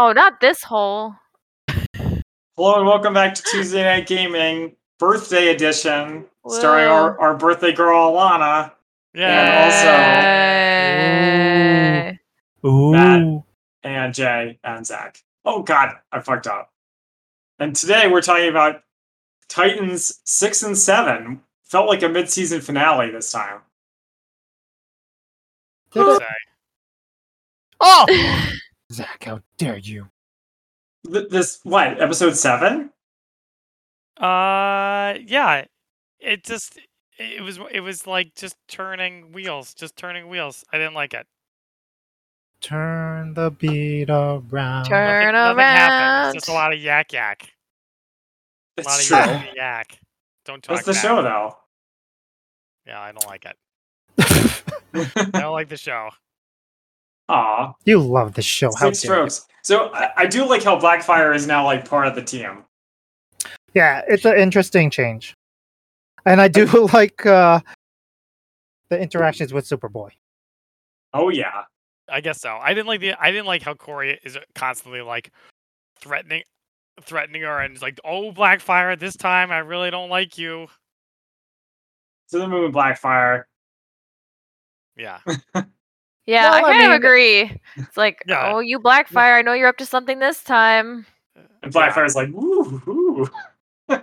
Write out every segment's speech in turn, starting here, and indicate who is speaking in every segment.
Speaker 1: Oh, not this hole.
Speaker 2: Hello and welcome back to Tuesday Night Gaming Birthday Edition, starring
Speaker 1: Whoa.
Speaker 2: our, our birthday girl Alana.
Speaker 3: Yeah.
Speaker 1: Yeah.
Speaker 3: Ooh.
Speaker 2: Matt. and Jay and Zach. Oh God, I fucked up. And today we're talking about Titans six and seven. Felt like a mid-season finale this time.
Speaker 4: Did it?
Speaker 3: Sorry. Oh,
Speaker 4: Zach, how dare you?
Speaker 2: Th- this what episode seven?
Speaker 3: uh, yeah. It just, it was, it was like just turning wheels, just turning wheels. I didn't like it.
Speaker 4: Turn the beat around.
Speaker 1: Turn-
Speaker 3: Nothing, nothing happened.
Speaker 1: around.
Speaker 3: It's just a lot of yak yak. A lot
Speaker 2: It's
Speaker 3: of
Speaker 2: true.
Speaker 3: yak yak. Don't talk.
Speaker 2: That's the
Speaker 3: back.
Speaker 2: show though.
Speaker 3: Yeah, I don't like it. I don't like the show.
Speaker 2: Aw,
Speaker 4: you love the show. How
Speaker 2: six
Speaker 4: dare you?
Speaker 2: strokes. So I, I do like how Blackfire is now like part of the team.
Speaker 4: Yeah, it's an interesting change. And I do like uh, the interactions with Superboy.
Speaker 2: Oh yeah.
Speaker 3: I guess so. I didn't like the. I didn't like how Corey is constantly like threatening, threatening her, and is like, "Oh, Blackfire, this time I really don't like you."
Speaker 2: To the moon, Blackfire.
Speaker 3: Yeah.
Speaker 1: Yeah,
Speaker 4: Well,
Speaker 1: I
Speaker 4: I
Speaker 1: kind
Speaker 4: mean-
Speaker 1: of agree. It's like,
Speaker 3: Yeah.
Speaker 1: oh, you Blackfire, I know you're up to something this time.
Speaker 2: And Blackfire's like, woo, woo.
Speaker 4: Well,
Speaker 3: yeah.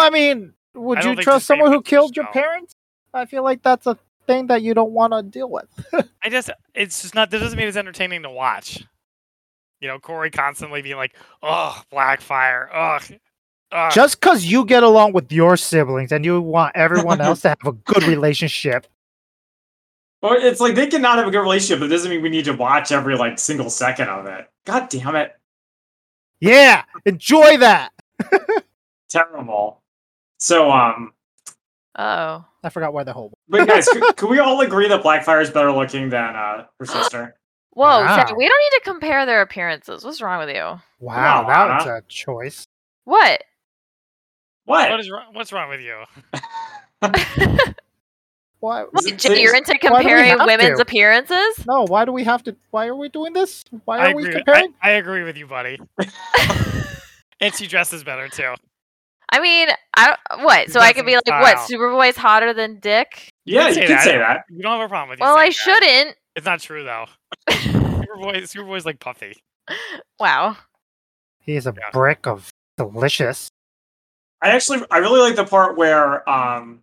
Speaker 4: I mean, would
Speaker 3: I don't
Speaker 4: you
Speaker 3: think
Speaker 4: trust
Speaker 3: the same
Speaker 4: someone who
Speaker 3: with the
Speaker 4: killed your
Speaker 3: show.
Speaker 4: parents? I feel like that's a thing that you don't want to deal with.
Speaker 3: I just it's just not that doesn't mean it's entertaining to watch. You know, Corey constantly being like, "Oh, Blackfire, ugh, ugh."
Speaker 4: Just because you get along with your siblings and you want everyone else to have a good relationship.
Speaker 2: Or it's like they cannot have a good relationship, but it doesn't mean we need to watch every like single second of it. God damn it.
Speaker 4: Yeah, enjoy that.
Speaker 2: terrible. So, um,
Speaker 1: Oh.
Speaker 4: I forgot where the whole.
Speaker 2: but guys, could, could we all agree that Blackfire is better looking than uh, her sister?
Speaker 1: Whoa, Zach,
Speaker 4: Wow.
Speaker 1: we don't need to compare their appearances. What's wrong with you?
Speaker 4: Wow,
Speaker 2: Wow,
Speaker 4: that was a choice.
Speaker 1: What?
Speaker 3: what
Speaker 2: What?
Speaker 3: is wrong, what's wrong with you?
Speaker 4: What?
Speaker 2: Is
Speaker 1: What,
Speaker 2: it-
Speaker 1: Jay, you're into
Speaker 4: we
Speaker 1: comparing
Speaker 4: have
Speaker 1: women's
Speaker 4: to?
Speaker 1: appearances?
Speaker 4: No, why do we have to? Why are we doing this? Why
Speaker 3: I
Speaker 4: are we
Speaker 3: agree. with- I,
Speaker 4: comparing?
Speaker 3: I agree with you, buddy. and she dresses better too.
Speaker 1: I mean, I don't, what? So I could be like,
Speaker 3: Doesn't
Speaker 1: what?
Speaker 3: style.
Speaker 1: Superboy's hotter than Dick?
Speaker 2: Yeah,
Speaker 3: I'd
Speaker 2: you
Speaker 3: say
Speaker 2: could
Speaker 3: that.
Speaker 2: say that.
Speaker 3: You don't have a problem with you.
Speaker 1: Well,
Speaker 3: saying
Speaker 1: I
Speaker 3: that.
Speaker 1: shouldn't.
Speaker 3: It's not true though. Superboy, Superboy's like puffy.
Speaker 1: Wow.
Speaker 4: He is a
Speaker 3: Yeah.
Speaker 4: brick of delicious.
Speaker 2: I actually, I really like the part where, um,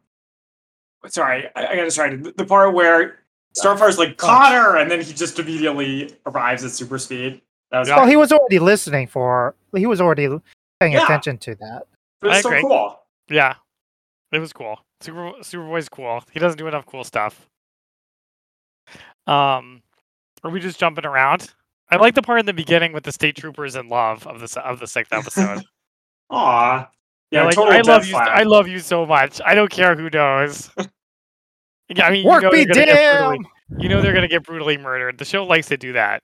Speaker 2: sorry, I, I got distracted. The- The part where Starfire's like
Speaker 3: Oh.
Speaker 2: Connor, and then he just immediately arrives at super speed. That was,
Speaker 3: Yeah.
Speaker 4: Well, he was already listening for. He was already l- paying
Speaker 2: Yeah.
Speaker 4: attention to that.
Speaker 2: it was
Speaker 3: I
Speaker 2: so
Speaker 3: agree.
Speaker 2: cool.
Speaker 3: Yeah, it was cool. Super Superboy's cool. He doesn't do enough cool stuff. Um, are we just jumping around? I like the part in the beginning with the state troopers in love of the s- of the sixth episode.
Speaker 2: Aw, yeah,
Speaker 3: They're like,
Speaker 2: total
Speaker 3: I love
Speaker 2: death
Speaker 3: you.
Speaker 2: flag.
Speaker 3: I love you so much. I don't care who knows. Yeah, I mean,
Speaker 4: Work
Speaker 3: you know
Speaker 4: be
Speaker 3: they're gonna get brutally-
Speaker 4: damn.
Speaker 3: You know they're gonna get brutally murdered. The show likes to do that.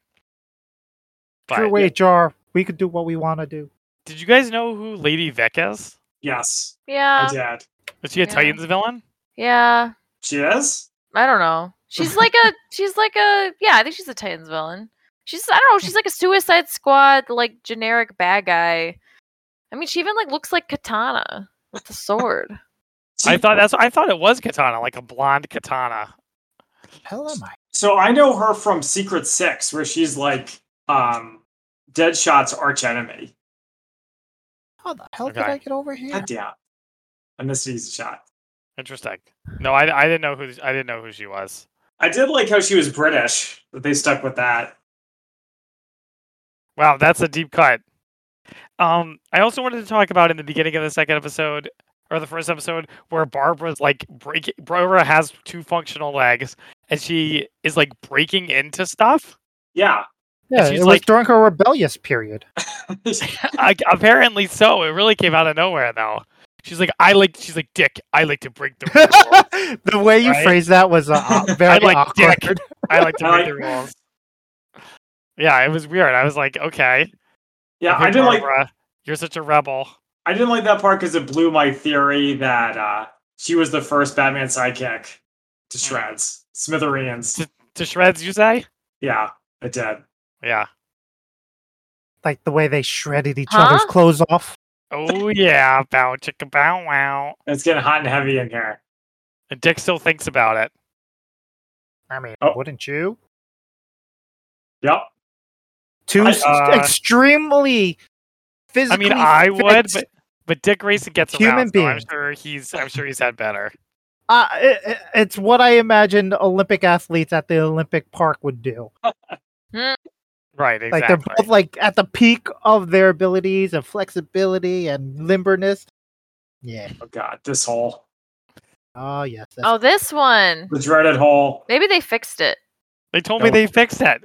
Speaker 3: But
Speaker 4: True HR. We could do what we want to do.
Speaker 3: did you guys know who Lady Vic is?
Speaker 2: yes, I
Speaker 1: Yeah.
Speaker 2: did.
Speaker 3: Is she a
Speaker 1: Yeah.
Speaker 3: Titans villain?
Speaker 1: Yeah.
Speaker 2: She is.
Speaker 1: I don't know. She's like a she's like a yeah, I think she's a Titans villain. She's I don't know, she's like a suicide squad, like generic bad guy. I mean she even like looks like katana with the sword.
Speaker 2: She,
Speaker 3: I thought that's. I thought it was Katana, like a blonde Katana.
Speaker 4: Hell am I?
Speaker 2: So I know her from Secret Six, where she's like um Deadshot's arch enemy.
Speaker 4: How the hell did
Speaker 3: Okay.
Speaker 4: I get over here?
Speaker 2: God damn. I missed an easy shot.
Speaker 3: Interesting. No, I, I didn't know who th- I didn't know who she was.
Speaker 2: I did like how she was British, that they stuck with that.
Speaker 3: Wow, that's a deep cut. Um, I also wanted to talk about in the beginning of the second episode or the first episode where Barbara's like breaking. Barbara has two functional legs, and she is like breaking into stuff.
Speaker 2: Yeah.
Speaker 4: Yeah,
Speaker 3: she's
Speaker 4: it was
Speaker 3: like-
Speaker 4: during her rebellious period.
Speaker 3: I, apparently, so it really came out of nowhere though. She's like, I like. She's like, Dick. I like to break the rules.
Speaker 4: the way you
Speaker 3: Right?
Speaker 4: phrased that was uh, uh, very
Speaker 3: like
Speaker 4: awkward.
Speaker 3: dick. I like to
Speaker 2: I
Speaker 3: break the rules. Yeah, it was weird. I was like, okay.
Speaker 2: yeah,
Speaker 3: okay,
Speaker 2: I didn't like
Speaker 3: Barbara, You're such a rebel.
Speaker 2: I didn't like that part because it blew my theory that uh she was the first Batman sidekick to
Speaker 3: Hmm.
Speaker 2: shreds. Smithereens.
Speaker 3: To shreds, you say?
Speaker 2: Yeah, it did.
Speaker 3: Yeah.
Speaker 4: like the way they shredded each
Speaker 1: Huh?
Speaker 4: other's clothes off.
Speaker 3: Oh yeah, bow chicka bow wow.
Speaker 2: It's getting hot and heavy in here.
Speaker 3: And Dick still thinks about it.
Speaker 4: I mean,
Speaker 2: Oh.
Speaker 4: wouldn't you?
Speaker 2: Yep.
Speaker 4: Two
Speaker 2: I-
Speaker 4: s-
Speaker 3: uh,
Speaker 4: extremely
Speaker 3: I
Speaker 4: physically.
Speaker 3: mean, I would,
Speaker 4: fit-
Speaker 3: but but Dick Grayson gets
Speaker 4: Human
Speaker 3: around. so I'm
Speaker 4: being.
Speaker 3: sure he's. I'm sure he's had better.
Speaker 4: Uh, it- it- it's what I imagined Olympic athletes at the Olympic Park would do.
Speaker 3: Right.
Speaker 4: Like
Speaker 3: Exactly.
Speaker 4: they're both like at the peak of their abilities and flexibility and limberness. Yeah.
Speaker 2: Oh god, this hole.
Speaker 4: Oh yes. that's-
Speaker 1: Oh, this one.
Speaker 2: The dreaded hole.
Speaker 1: Maybe they fixed it.
Speaker 3: They told me
Speaker 2: No.
Speaker 3: they fixed that.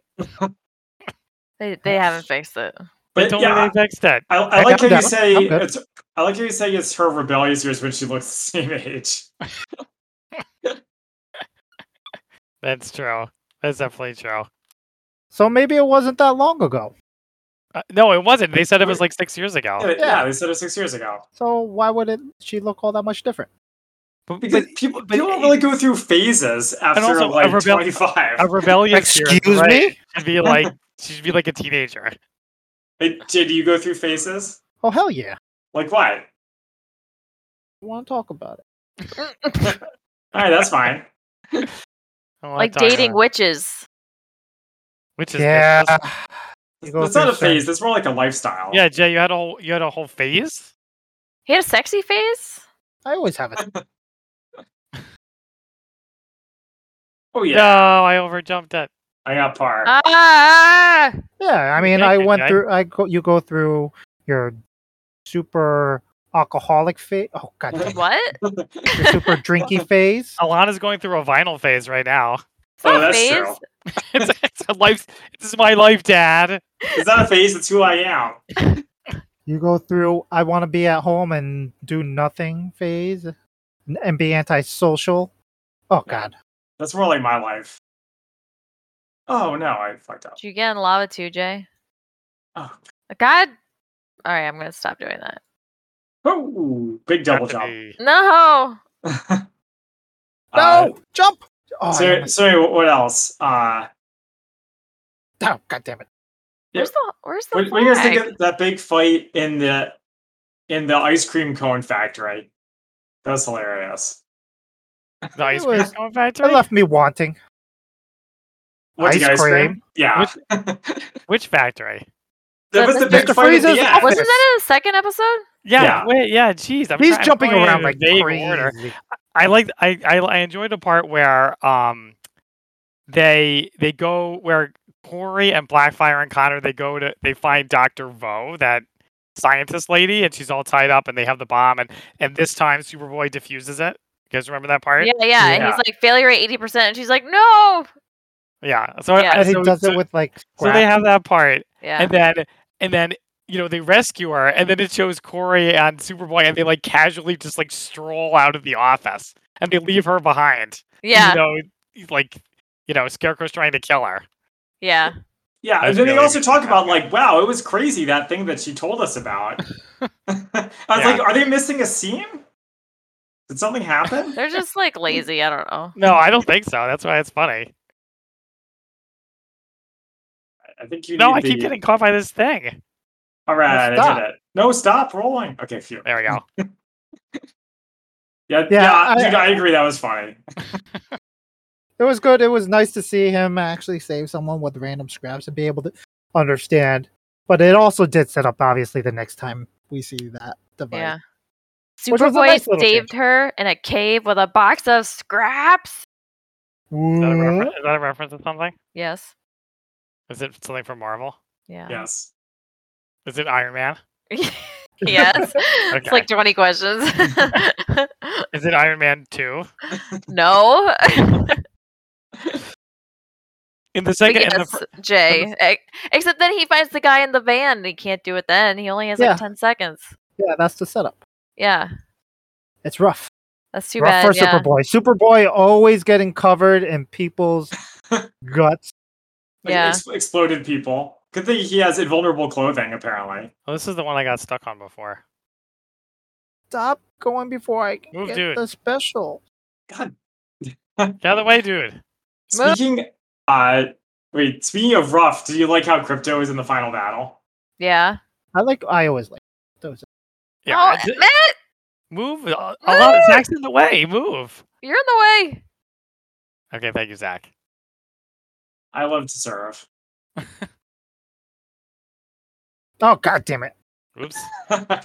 Speaker 1: They they haven't fixed it.
Speaker 3: They
Speaker 2: But
Speaker 3: told
Speaker 2: yeah,
Speaker 3: me they fixed that.
Speaker 2: I, I
Speaker 4: I'm
Speaker 2: like how you
Speaker 4: down.
Speaker 2: say
Speaker 4: I'm good.
Speaker 2: it's I like how you say it's her rebellious years when she looks the same age.
Speaker 3: That's true. That's definitely true.
Speaker 4: So maybe it wasn't that long ago.
Speaker 3: Uh, no, it wasn't. They said it was like six years
Speaker 4: Oh,
Speaker 3: ago.
Speaker 2: Yeah, yeah, they said it six years ago.
Speaker 4: So why would it, she look all that much different?
Speaker 3: But, but
Speaker 2: Because people,
Speaker 3: but
Speaker 2: people don't really go through phases after
Speaker 3: also, a
Speaker 2: like
Speaker 3: rebel-
Speaker 2: 25.
Speaker 3: a rebellious year
Speaker 4: Excuse
Speaker 3: Gray
Speaker 4: me?
Speaker 3: should be like she should be like a teenager.
Speaker 2: Hey, Jay, do you go through phases?
Speaker 4: Oh hell yeah!
Speaker 2: Like what?
Speaker 4: I want to talk about it.
Speaker 2: All right, that's fine.
Speaker 3: I don't wanna
Speaker 1: Like
Speaker 3: talk about
Speaker 1: dating
Speaker 3: it.
Speaker 1: witches.
Speaker 3: which is
Speaker 4: Yeah.
Speaker 3: this-
Speaker 4: You go
Speaker 2: It's not
Speaker 4: through
Speaker 2: a phase. It's more like a lifestyle.
Speaker 3: yeah. Jay, you had a whole, you had a whole phase.
Speaker 1: He had a sexy face.
Speaker 4: I always have it.
Speaker 2: Oh yeah.
Speaker 3: No, I overjumped it.
Speaker 2: I got par.
Speaker 3: Uh,
Speaker 1: Ah!
Speaker 4: Yeah, I mean,
Speaker 3: Yeah,
Speaker 4: I
Speaker 3: good
Speaker 4: went
Speaker 3: guy.
Speaker 4: through. I go. You go through your super alcoholic phase. Oh god, damn it.
Speaker 1: ah. What?
Speaker 4: your super drinky phase.
Speaker 3: Alana's going through a vinyl phase right now.
Speaker 1: It's not
Speaker 2: Oh,
Speaker 1: a
Speaker 2: that's
Speaker 1: phase.
Speaker 2: true.
Speaker 3: it's, it's a life. This is my life, Dad.
Speaker 2: It's not a phase. It's who I am.
Speaker 4: You go through. I want to be at home and do nothing phase, n- and be antisocial. Oh god,
Speaker 2: That's more like my life. Oh no, I fucked up.
Speaker 1: Did you get in lava too, Jay?
Speaker 2: Oh.
Speaker 1: God. All right, I'm gonna stop doing that.
Speaker 2: Oh, big double
Speaker 3: Not to
Speaker 2: jump.
Speaker 3: be-
Speaker 1: No.
Speaker 4: no,
Speaker 2: Uh,
Speaker 4: jump! Oh, I
Speaker 2: so,
Speaker 4: almost-
Speaker 2: sorry, what else? Uh,
Speaker 4: oh, god damn it!
Speaker 1: Where's the Where's the
Speaker 2: what, what do you guys think
Speaker 1: flag?
Speaker 2: of that big fight in the in the ice cream cone factory? That was hilarious.
Speaker 3: The ice
Speaker 4: It
Speaker 3: cream
Speaker 4: was-
Speaker 3: cone
Speaker 4: It
Speaker 3: factory.
Speaker 4: left me wanting.
Speaker 2: What's
Speaker 4: Ice
Speaker 2: ice cream?
Speaker 4: cream?
Speaker 2: Yeah,
Speaker 3: Which- Which factory?
Speaker 2: that was the
Speaker 1: Mr.
Speaker 2: big fight at the
Speaker 4: Freeze's
Speaker 2: end.
Speaker 4: office?
Speaker 1: Wasn't that in the second episode?
Speaker 3: Yeah,
Speaker 2: Yeah.
Speaker 3: wait, yeah. Jeez, I'm
Speaker 4: He's
Speaker 3: try- I'm
Speaker 4: jumping
Speaker 3: going in
Speaker 4: around
Speaker 3: a
Speaker 4: like
Speaker 3: vague
Speaker 4: crazy.
Speaker 3: order. Uh, I like I, I I enjoyed the part where um they they go where Corey and Blackfire and Connor they go to they find Doctor Vo that scientist lady and she's all tied up and they have the bomb and and this time Superboy diffuses it. You guys remember that part?
Speaker 1: Yeah, yeah. And
Speaker 2: Yeah.
Speaker 1: he's like failure rate eighty percent, and she's like, no.
Speaker 3: Yeah. So,
Speaker 1: Yeah.
Speaker 3: I-
Speaker 4: And he
Speaker 3: so,
Speaker 4: does
Speaker 3: so,
Speaker 4: it with like.
Speaker 3: so they
Speaker 4: scrap.
Speaker 3: have that part
Speaker 1: Yeah.
Speaker 3: and then and then you know they rescue her and then it shows Corey and Superboy and they like casually just like stroll out of the office and they leave her behind.
Speaker 1: yeah.
Speaker 3: You know, he's like, you know, Scarecrow's trying to kill her.
Speaker 1: yeah.
Speaker 2: Yeah,
Speaker 3: That's
Speaker 2: and then they
Speaker 3: really
Speaker 2: also
Speaker 3: good.
Speaker 2: talk about like, wow, it was crazy that thing that she told us about. I was
Speaker 3: Yeah.
Speaker 2: like, are they missing a scene? Did something happen?
Speaker 1: They're just like lazy. I don't know.
Speaker 3: No, I don't think so. That's why it's funny.
Speaker 2: I think you
Speaker 3: No,
Speaker 2: need
Speaker 3: I keep
Speaker 2: the-
Speaker 3: getting caught by this thing.
Speaker 2: All right,
Speaker 4: No,
Speaker 2: I
Speaker 4: stop.
Speaker 2: did it. No, stop rolling. Okay, phew.
Speaker 3: There we go.
Speaker 2: Yeah, yeah,
Speaker 4: Yeah, I-
Speaker 2: dude, I agree. That was funny.
Speaker 4: it was good. It was nice to see him actually save someone with random scraps and be able to understand. But it also did set up obviously the next time we see that device.
Speaker 1: Yeah.
Speaker 4: Which was a
Speaker 1: Superboy
Speaker 4: nice little
Speaker 1: saved her in a cave with a box of scraps.
Speaker 3: Is that, a
Speaker 2: Mm-hmm.
Speaker 4: Woo.
Speaker 3: refer- is that a reference to something?
Speaker 1: Yes.
Speaker 3: Is it something from Marvel?
Speaker 1: Yeah.
Speaker 2: Yes.
Speaker 3: Is it Iron Man?
Speaker 1: yes. It's
Speaker 3: Okay.
Speaker 1: like 20 questions.
Speaker 3: Is it Iron Man 2?
Speaker 1: no.
Speaker 3: In the
Speaker 1: But
Speaker 3: second, in the
Speaker 1: yes,
Speaker 3: fir-
Speaker 1: Jay. E- Except then he finds the guy in the van and he can't do it then. He only has
Speaker 4: Yeah.
Speaker 1: like 10 seconds.
Speaker 4: yeah, that's the setup.
Speaker 1: Yeah.
Speaker 4: It's rough.
Speaker 1: That's too
Speaker 4: rough
Speaker 1: bad.
Speaker 4: for
Speaker 1: yeah.
Speaker 4: Superboy. Superboy always getting covered in people's guts.
Speaker 2: Like,
Speaker 1: Yeah.
Speaker 2: ex- exploded people. Good thing he has invulnerable clothing, apparently.
Speaker 3: oh, this is the one I got stuck on before.
Speaker 4: Stop going before I
Speaker 3: Move,
Speaker 4: get
Speaker 3: dude.
Speaker 4: the special.
Speaker 2: God.
Speaker 3: Get out of the way, dude.
Speaker 1: Move.
Speaker 2: Speaking uh wait, speaking of rough, do you like how crypto is in the final battle?
Speaker 1: Yeah.
Speaker 4: I like. I always like those.
Speaker 3: Yeah,
Speaker 1: Oh,
Speaker 3: I ju-
Speaker 1: Emmett,
Speaker 3: move. uh, Allow Zach's in the way. Move.
Speaker 1: you're in the way.
Speaker 3: Okay, thank you, Zach.
Speaker 2: I love to serve.
Speaker 4: Oh god damn it!
Speaker 3: Oops.
Speaker 2: I
Speaker 3: Uh,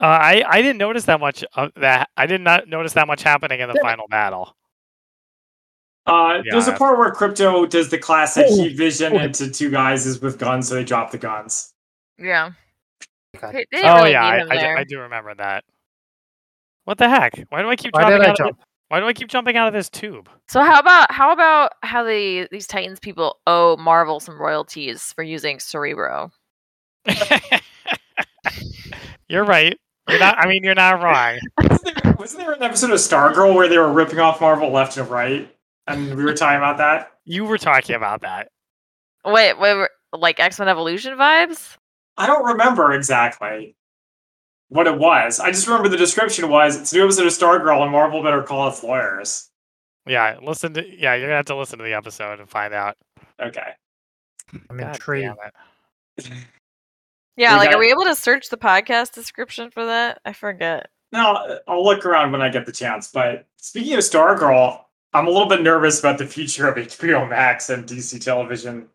Speaker 3: I I didn't notice that much. Of that I did not notice that much happening in the
Speaker 4: Damn it.
Speaker 3: final battle.
Speaker 2: Uh, there's a
Speaker 3: Yeah.
Speaker 2: part where Crypto does the classic
Speaker 4: Oh.
Speaker 2: he vision
Speaker 4: Oh.
Speaker 2: into two guys is with guns, so they drop the guns.
Speaker 1: Yeah.
Speaker 4: Okay.
Speaker 1: They, they didn't
Speaker 3: Oh
Speaker 1: really
Speaker 3: yeah,
Speaker 1: need
Speaker 3: I,
Speaker 1: him
Speaker 3: I do-
Speaker 1: there.
Speaker 3: I do remember that. What the heck? Why do I keep
Speaker 4: Why
Speaker 3: dropping
Speaker 4: did I
Speaker 3: out Of
Speaker 4: jump?
Speaker 3: thi- Why do I keep jumping out of this tube?
Speaker 1: So how about how about how the these Titans people owe Marvel some royalties for using Cerebro?
Speaker 3: You're right. You're not. I mean, you're not wrong.
Speaker 2: Wasn't there, wasn't there an episode of Stargirl where they were ripping off Marvel left and right? And we were talking about that.
Speaker 3: You were talking about that.
Speaker 1: Wait, wait, wait, like X Men Evolution vibes?
Speaker 2: I don't remember exactly what it was. I just remember the description was it's a new episode of Stargirl and Marvel better call its lawyers.
Speaker 3: Yeah, listen to. Yeah, you're gonna have to listen to the episode and find out.
Speaker 2: Okay.
Speaker 4: I'm
Speaker 3: God
Speaker 4: intrigued.
Speaker 3: damn it.
Speaker 1: Yeah,
Speaker 2: We
Speaker 1: like
Speaker 2: got-
Speaker 1: are we able to search the podcast description for that? I forget.
Speaker 2: Now I'll look around when I get the chance. But speaking of Stargirl, I'm a little bit nervous about the future of HBO Max and DC television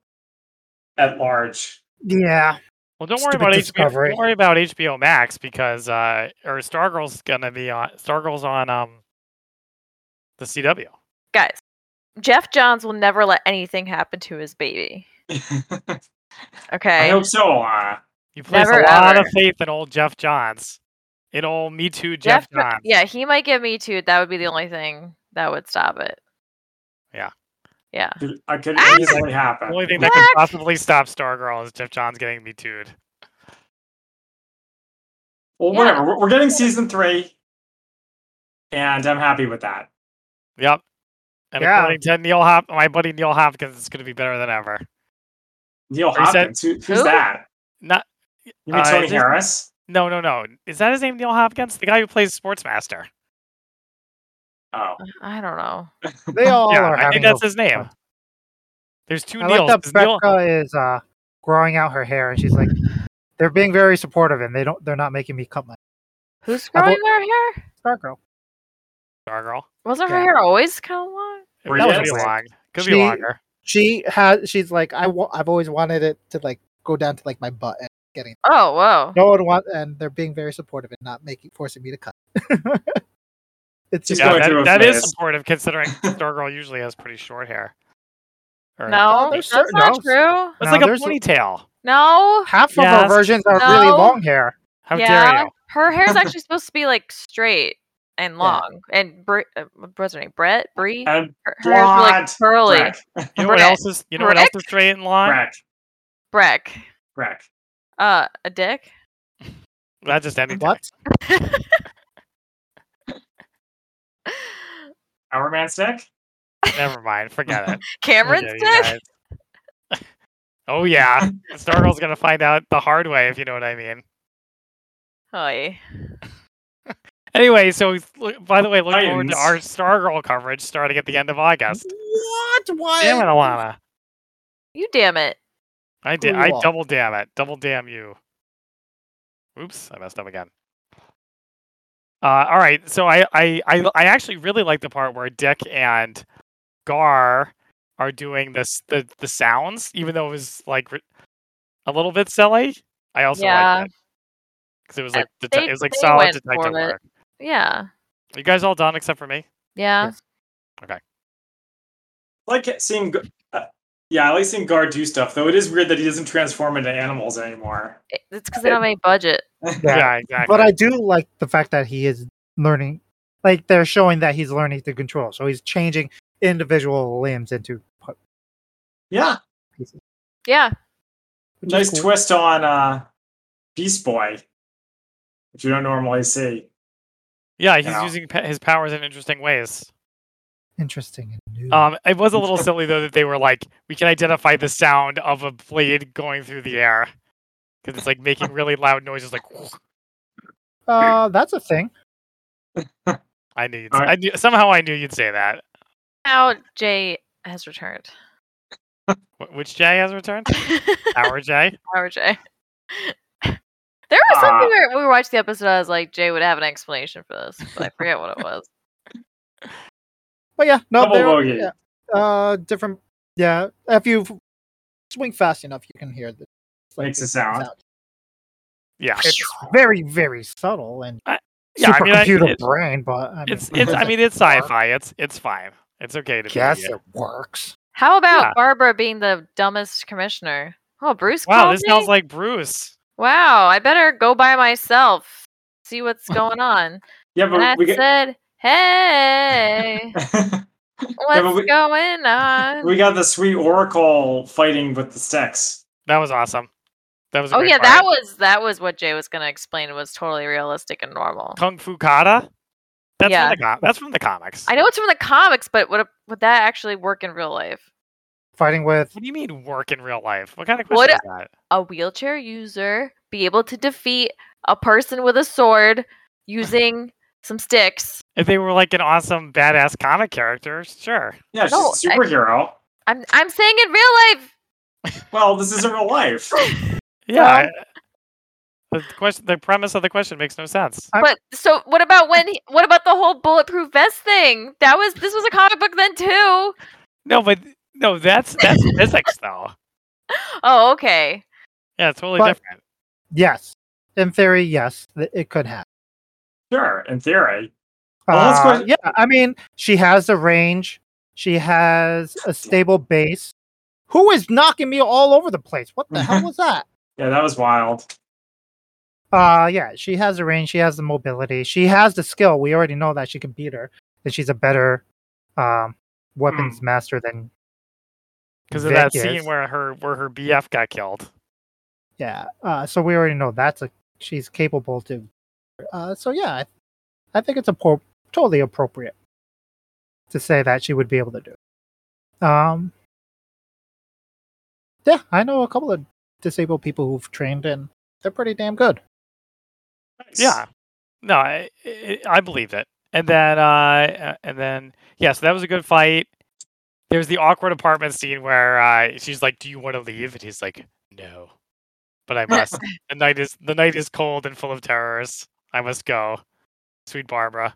Speaker 2: at large.
Speaker 4: Yeah.
Speaker 3: Well, don't
Speaker 4: Stupid
Speaker 3: worry about HBO.
Speaker 4: discovery.
Speaker 3: Don't worry about HBO Max because uh, or Stargirl's gonna be on. Stargirl's on um, the CW.
Speaker 1: Guys, Jeff Johns will never let anything happen to his baby.
Speaker 2: I
Speaker 1: Okay.
Speaker 2: hope so, uh, Alana.
Speaker 3: You place
Speaker 1: Never,
Speaker 3: a lot
Speaker 1: ever.
Speaker 3: of faith in old Jeff Johns, in old Me Too Jeff,
Speaker 1: Jo-
Speaker 3: Johns.
Speaker 1: Yeah, he might get me too. That would be the only thing that would stop it.
Speaker 3: Yeah.
Speaker 1: Yeah.
Speaker 2: I could
Speaker 1: Ah!
Speaker 2: easily
Speaker 3: The
Speaker 2: happen.
Speaker 3: only thing that could possibly stop Stargirl is Jeff Johns getting Me Too'd.
Speaker 2: Well,
Speaker 1: Yeah.
Speaker 2: whatever. We're- We're getting season three, and I'm happy with that.
Speaker 3: Yep. And
Speaker 4: Yeah.
Speaker 3: according to Neil Hop, my buddy Neil Hopkins, it's going to be better than ever.
Speaker 2: Neil
Speaker 3: Are you said-
Speaker 2: Hopkins, who, who's
Speaker 1: Who?
Speaker 2: that?
Speaker 3: Not
Speaker 2: You mean
Speaker 3: Uh,
Speaker 2: Tony
Speaker 3: just-
Speaker 2: Harris?
Speaker 3: no, no, no. Is that his name, Neil Hopkins? The guy who plays Sportsmaster.
Speaker 2: Oh,
Speaker 1: I don't know.
Speaker 4: They all
Speaker 3: yeah,
Speaker 4: are
Speaker 3: I
Speaker 4: having.
Speaker 3: think that's
Speaker 4: a-
Speaker 3: his name. There's two
Speaker 4: I
Speaker 3: Neils.
Speaker 4: like that
Speaker 3: There's Neil-
Speaker 4: Becca is uh, growing out her hair, and she's like, they're being very supportive, and they don't. They're not making me cut my
Speaker 1: Who's
Speaker 4: I
Speaker 1: growing
Speaker 4: bel-
Speaker 1: their hair?
Speaker 4: Stargirl.
Speaker 3: Stargirl.
Speaker 1: Wasn't her
Speaker 4: Yeah.
Speaker 1: hair always kind of long?
Speaker 3: It
Speaker 2: Were
Speaker 3: could
Speaker 2: you
Speaker 3: be
Speaker 2: guys-
Speaker 3: long. Could
Speaker 4: She-
Speaker 3: be longer.
Speaker 4: She has. She's like, I. W- I've always wanted it to like go down to like my butt. And
Speaker 1: Oh, whoa.
Speaker 4: no one want, and they're being very supportive and not making forcing me to cut. it's
Speaker 2: She's
Speaker 4: just
Speaker 3: Yeah,
Speaker 2: going
Speaker 4: like,
Speaker 2: through a
Speaker 3: that, that is
Speaker 2: phase.
Speaker 3: supportive considering Stargirl usually has pretty short hair. Or-
Speaker 1: No,
Speaker 4: Oh,
Speaker 1: that's
Speaker 4: there's certain-
Speaker 1: not
Speaker 4: no.
Speaker 1: true.
Speaker 3: It's
Speaker 4: No,
Speaker 3: like a
Speaker 4: there's a-
Speaker 3: ponytail.
Speaker 1: No.
Speaker 4: half of
Speaker 3: Yes.
Speaker 4: our versions are really
Speaker 1: No.
Speaker 4: long hair.
Speaker 3: How
Speaker 1: yeah.
Speaker 3: dare you?
Speaker 1: Her hair's actually supposed to be like straight and long. And Br- uh, what's her name? Brett? Bree? Her,
Speaker 2: and
Speaker 1: her hair's like
Speaker 2: blonde
Speaker 1: curly.
Speaker 2: Breck,
Speaker 3: You know what
Speaker 1: Brick.
Speaker 3: else is? You know what else is straight and long?
Speaker 2: Breck,
Speaker 1: Breck.
Speaker 2: Breck.
Speaker 1: Uh, a dick?
Speaker 3: That just anything.
Speaker 4: What?
Speaker 2: Our man stick.
Speaker 3: Never mind. Forget it.
Speaker 1: Cameron's
Speaker 3: Okay, you
Speaker 1: dick?
Speaker 3: guys. oh yeah, Stargirl's gonna find out the hard way if you know what I mean.
Speaker 1: Oy.
Speaker 3: Anyway, so look- by the way, look forward
Speaker 2: Titans.
Speaker 3: to our Stargirl coverage starting at the end of August.
Speaker 4: What? Why?
Speaker 3: Damn it, Alana!
Speaker 1: You damn it.
Speaker 3: I did.
Speaker 4: Screw
Speaker 3: I
Speaker 4: you all.
Speaker 3: double damn it. Double damn you. Oops, I messed up again. Uh, all right, so I, I I I actually really like the part where Dick and Gar are doing this the the sounds, even though it was like re- a little bit silly. I also
Speaker 1: Yeah.
Speaker 3: like because it was
Speaker 1: Uh,
Speaker 3: like dete-
Speaker 1: they-
Speaker 3: it was like
Speaker 1: they
Speaker 3: solid
Speaker 1: went for
Speaker 3: detective
Speaker 1: it.
Speaker 3: work.
Speaker 1: Yeah.
Speaker 3: You guys all done except for me.
Speaker 1: Yeah.
Speaker 2: I like seeing. G- Uh, yeah, I like seeing Gar do stuff though. It is weird that he doesn't transform into animals anymore.
Speaker 1: It- It's because they don't have any budget.
Speaker 4: Yeah.
Speaker 3: exactly.
Speaker 4: But I do like the fact that he is learning, like they're showing that he's learning to control. So he's changing individual limbs into pu-
Speaker 2: Yeah,
Speaker 4: pieces.
Speaker 1: Yeah.
Speaker 4: which is
Speaker 2: nice
Speaker 4: cool.
Speaker 2: twist on uh, Beast Boy, which you don't normally see.
Speaker 3: yeah, he's
Speaker 2: Yeah.
Speaker 3: using pa- his powers in interesting ways.
Speaker 4: Interesting and new.
Speaker 2: Uh,
Speaker 3: Um, it was a little silly though that they were like, we can identify the sound of a blade going through the air because it's like making really loud noises. Like,
Speaker 4: uh, that's a thing.
Speaker 3: I knew, you'd,
Speaker 2: Alright.
Speaker 3: I knew somehow I knew you'd say that.
Speaker 1: Now Jay has returned.
Speaker 3: Wh- Which Jay has returned? Our Jay.
Speaker 1: Our Jay. There was something
Speaker 2: Ah.
Speaker 1: where when we watched the episode. I was like, Jay would have an explanation for this, but I forget what it was.
Speaker 4: But yeah, no,
Speaker 2: Double
Speaker 4: they're-
Speaker 2: bogey.
Speaker 4: yeah, uh, different. Yeah, if you swing fast enough, you can hear the like,
Speaker 2: Makes a
Speaker 4: the
Speaker 2: sound.
Speaker 3: Yeah.
Speaker 4: It's very, very subtle and
Speaker 3: Yeah, I mean, I-
Speaker 4: supercomputer
Speaker 3: it-
Speaker 4: brain, but I mean,
Speaker 3: It's it's. I mean, it's sci-fi. It's it's fine. It's okay to be.
Speaker 4: guess
Speaker 3: yeah.
Speaker 4: it works.
Speaker 1: How about
Speaker 3: Yeah.
Speaker 1: Barbara being the dumbest commissioner? Oh, Bruce
Speaker 3: Wow,
Speaker 1: called
Speaker 3: this sounds
Speaker 1: me?
Speaker 3: like Bruce.
Speaker 1: wow, I better go by myself, see what's going on.
Speaker 2: Yeah,
Speaker 1: And I
Speaker 2: but we got,
Speaker 1: said, hey, what's
Speaker 2: we-
Speaker 1: going on?
Speaker 2: we got the sweet oracle fighting with the sticks.
Speaker 3: That was awesome. That was. A
Speaker 1: oh
Speaker 3: great
Speaker 1: yeah, that
Speaker 3: fight.
Speaker 1: was that was what Jay was gonna explain was totally realistic and normal.
Speaker 3: Kung Fu Kata. That's
Speaker 1: Yeah.
Speaker 3: from the com- that's from the comics.
Speaker 1: I know it's from the comics, but would would that actually work in real life?
Speaker 4: Fighting with
Speaker 3: What do you mean work in real life? What kind of
Speaker 1: What
Speaker 3: question is that?
Speaker 1: A wheelchair user be able to defeat a person with a sword using some sticks?
Speaker 3: If they were like an awesome badass comic character, sure.
Speaker 2: Yeah, she's
Speaker 1: No,
Speaker 2: a
Speaker 1: I-
Speaker 2: superhero.
Speaker 1: I'm I'm saying in real life.
Speaker 2: Well, this isn't real life.
Speaker 3: Yeah.
Speaker 4: Well-
Speaker 3: I- the question, the premise of the question makes no sense.
Speaker 4: I-
Speaker 1: But so what about when? He, what about the whole bulletproof vest thing? That was this was a comic book then too.
Speaker 3: No, but no, that's that's physics though.
Speaker 1: Oh okay.
Speaker 3: Yeah, it's totally
Speaker 4: But-
Speaker 3: different.
Speaker 4: yes, in theory, yes, th- it could happen.
Speaker 2: Sure, in theory. Well, let's
Speaker 4: Uh,
Speaker 2: go-
Speaker 4: yeah, I mean, she has the range. She has a stable base. Who is knocking me all over the place? What the hell was that?
Speaker 2: Yeah, that was wild.
Speaker 4: Uh yeah, she has the range, she has the mobility, she has the skill. We already know that she can beat her. That she's a better um weapons
Speaker 3: Hmm.
Speaker 4: master than
Speaker 3: Because of that
Speaker 4: Vic
Speaker 3: scene
Speaker 4: is.
Speaker 3: where her where her BF got killed.
Speaker 4: yeah. Uh so we already know that's a she's capable to uh so yeah, I, I think it's appro- totally appropriate to say that she would be able to do it. Um Yeah, I know a couple of disabled people who've trained and they're pretty damn good.
Speaker 2: Nice.
Speaker 3: Yeah. No, I I, I believed it. And then uh uh, and then yeah, so that was a good fight. There's the awkward apartment scene where uh, she's like, "Do you want to leave?" and he's like, "No, but I must. the night is the night is cold and full of terrors. I must go, sweet Barbara,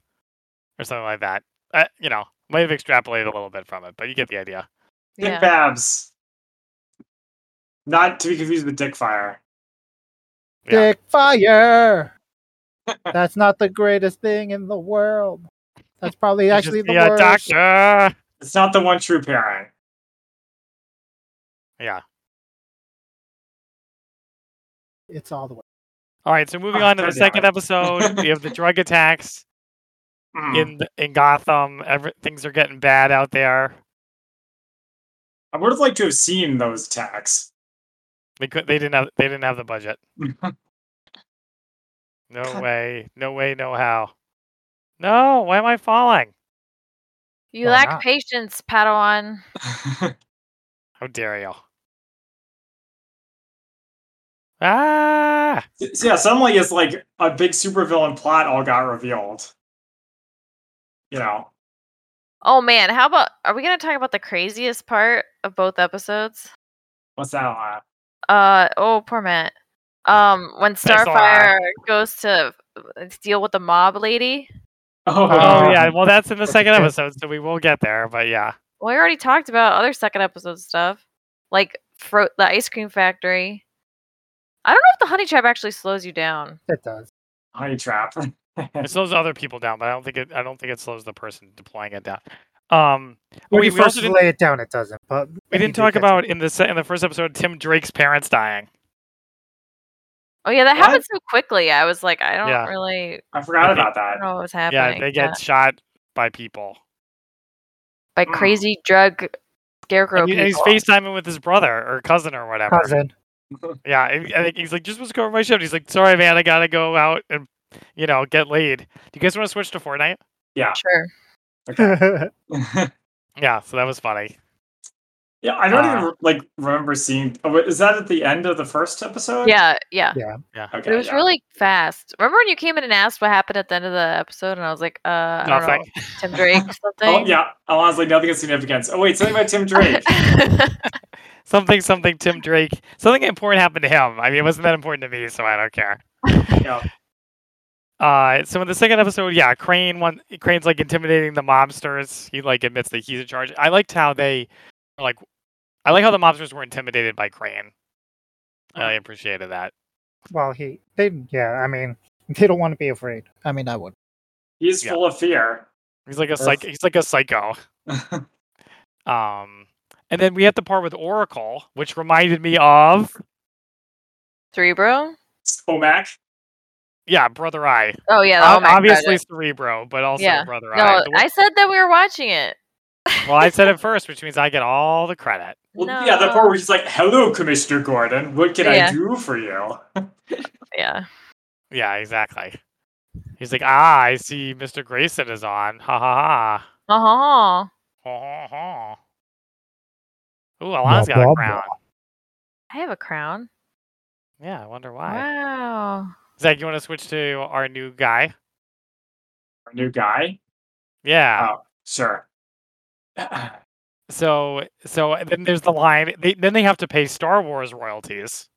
Speaker 3: or something like that. Uh, you know, might have extrapolated a little bit from it, but you get the idea.
Speaker 2: Dick
Speaker 1: Yeah.
Speaker 2: Babs. Not to be confused with Dick Fire.
Speaker 3: Yeah.
Speaker 4: Dick fire. That's not the greatest thing in the world. That's probably
Speaker 3: He's just, uh,
Speaker 4: actually the
Speaker 3: yeah,
Speaker 4: worst.
Speaker 3: doctor.
Speaker 2: It's not the one true pairing.
Speaker 3: Yeah.
Speaker 4: It's all the way.
Speaker 3: All right. So
Speaker 4: Oh,
Speaker 3: moving
Speaker 2: Ah,
Speaker 3: on to the
Speaker 2: God damn
Speaker 3: second
Speaker 2: it.
Speaker 3: episode, we have the drug attacks.
Speaker 2: Mm.
Speaker 3: in th- in Gotham. Every, things are getting bad out there.
Speaker 2: I would have liked to have seen those attacks.
Speaker 3: They could, they didn't have they didn't have the budget. No
Speaker 1: God.
Speaker 3: way, no way, no how. No, why am I falling?
Speaker 1: You
Speaker 4: Why
Speaker 1: lack
Speaker 4: not?
Speaker 1: patience, Padawan.
Speaker 3: How dare you? Ah,
Speaker 2: so, yeah, suddenly it's like a big supervillain plot all got revealed. You know,
Speaker 1: Oh man, how about are we gonna talk about the craziest part of both episodes?
Speaker 2: what's that on?
Speaker 1: Uh oh, poor Matt. Um, when
Speaker 3: saw her.
Speaker 1: Starfire goes to uh, deal with the mob lady,
Speaker 2: Oh,
Speaker 3: oh
Speaker 4: Uh,
Speaker 3: yeah. Well, that's in the second
Speaker 4: yeah.
Speaker 3: episode, so we will get there. But yeah,
Speaker 1: well, we already talked about other second episode stuff, like fro- the ice cream factory. I don't know if the honey trap actually slows you down.
Speaker 4: It does.
Speaker 2: honey trap.
Speaker 3: it slows other people down, but I don't think it. I don't think it slows the person deploying it down. Um,
Speaker 4: When
Speaker 3: we-
Speaker 4: you
Speaker 3: we also
Speaker 4: first
Speaker 3: didn't-
Speaker 4: lay it down, it doesn't. But
Speaker 3: we
Speaker 4: then you
Speaker 3: didn't
Speaker 4: do
Speaker 3: talk
Speaker 4: catch
Speaker 3: about in the se- in the first episode Tim Drake's parents dying.
Speaker 1: Oh yeah, that
Speaker 2: What?
Speaker 1: happened so quickly. I was like, I don't
Speaker 3: Yeah.
Speaker 1: really
Speaker 2: I forgot
Speaker 3: I think-
Speaker 2: about
Speaker 1: I
Speaker 2: that.
Speaker 1: don't know what was
Speaker 3: Yeah,
Speaker 1: happening.
Speaker 3: they get shot by people.
Speaker 1: by
Speaker 2: Mm.
Speaker 1: crazy drug scarecrow
Speaker 3: And he- and he's
Speaker 1: people.
Speaker 3: FaceTiming with his brother or cousin or
Speaker 4: it.
Speaker 3: whatever.
Speaker 4: cousin.
Speaker 3: Yeah, I I think he's like, just was going my shift. He's like, sorry, man, I gotta go out and, you know, get laid. Do you guys want to switch to Fortnite?
Speaker 1: Sure.
Speaker 2: Okay.
Speaker 3: Yeah, so that was funny.
Speaker 2: Yeah, I don't
Speaker 3: Uh,
Speaker 2: even like remember seeing. Oh, wait, is that at the end of the first episode?
Speaker 1: Yeah, yeah.
Speaker 2: Okay.
Speaker 1: But it was
Speaker 2: yeah.
Speaker 1: really fast. Remember when you came in and asked what happened at the end of the episode, and I was like, uh, I don't know,
Speaker 3: Nothing.
Speaker 1: Tim Drake, something.
Speaker 2: Oh, yeah. Honestly, nothing of significance. Oh wait, something about Tim Drake.
Speaker 3: Something, something, Tim Drake. Something important happened to him. I mean, it wasn't that important to me, so I don't care.
Speaker 2: yeah.
Speaker 3: Uh, so in the second episode, yeah, Crane one Crane's like intimidating the mobsters. He like admits that he's in charge. I liked how they, were, like, I like how the mobsters were intimidated by Crane. I
Speaker 1: Mm.
Speaker 3: appreciated that.
Speaker 4: Well, he they yeah. I mean, they don't want to be afraid. I mean, I would.
Speaker 2: He's
Speaker 3: Yeah.
Speaker 2: full of fear.
Speaker 3: He's like a
Speaker 2: Yes.
Speaker 3: psych. He's like a psycho. Um, and then we had the part with Oracle, which reminded me of
Speaker 1: Three, bro.
Speaker 2: Omac.
Speaker 3: yeah, Brother Eye.
Speaker 1: Oh yeah, the
Speaker 3: Ob-
Speaker 1: All Mac
Speaker 3: obviously
Speaker 1: Project.
Speaker 3: Cerebro, but also
Speaker 1: Yeah.
Speaker 3: Brother Eye.
Speaker 1: No,
Speaker 3: The
Speaker 1: I said that we were watching it.
Speaker 3: one- well, I said it first, which means I get all the credit.
Speaker 2: Well, yeah, the part
Speaker 1: No.
Speaker 2: where he's like, "Hello, Commissioner Gordon. What can
Speaker 1: Yeah.
Speaker 2: I do for you?"
Speaker 1: Yeah.
Speaker 3: Yeah, exactly. He's like, ah, I see, Mr. Grayson is on. Ha ha ha.
Speaker 1: Uh huh.
Speaker 3: Ha, ha, ha. Ooh, Alon's
Speaker 4: Blah,
Speaker 3: got
Speaker 4: blah,
Speaker 3: a crown.
Speaker 1: I have a crown.
Speaker 3: Yeah, I wonder why.
Speaker 1: Wow.
Speaker 3: Zach, you want to switch to our new guy?
Speaker 2: Our new guy.
Speaker 3: Yeah.
Speaker 2: Oh. Sure.
Speaker 3: So, so and then there's the line. They, then they have to pay Star Wars royalties.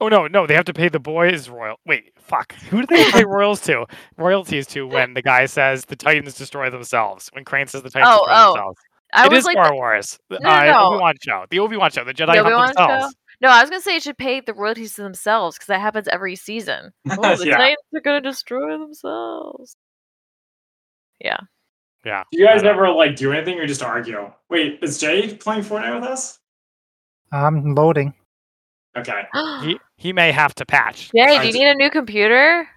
Speaker 3: Oh no, no, they have to pay the boys royal. Wait, fuck. Who do they pay royals to? Royalties to when the guy says the Titans destroy themselves. When Crane says the Titans
Speaker 1: Oh,
Speaker 3: destroy
Speaker 1: oh.
Speaker 3: themselves.
Speaker 1: I
Speaker 3: it
Speaker 1: was
Speaker 3: is
Speaker 1: like,
Speaker 3: Star Wars. The
Speaker 1: No, no,
Speaker 3: uh,
Speaker 1: no.
Speaker 3: Obi Wan show. The Obi Wan show. The Jedi
Speaker 1: The
Speaker 3: hunt
Speaker 1: Obi-Wan show?
Speaker 3: themselves.
Speaker 1: no, I was gonna say it should pay the royalties to themselves because that happens every season. Oh, the
Speaker 2: Yeah.
Speaker 1: Titans are gonna destroy themselves.
Speaker 3: Yeah.
Speaker 2: Do you guys
Speaker 3: I know.
Speaker 2: ever like do anything or just argue? Wait, is Jay playing Fortnite with us?
Speaker 4: I'm loading.
Speaker 2: Okay.
Speaker 3: He he may have to patch.
Speaker 1: Jay, do
Speaker 2: I
Speaker 1: you
Speaker 2: d-
Speaker 1: need a new computer?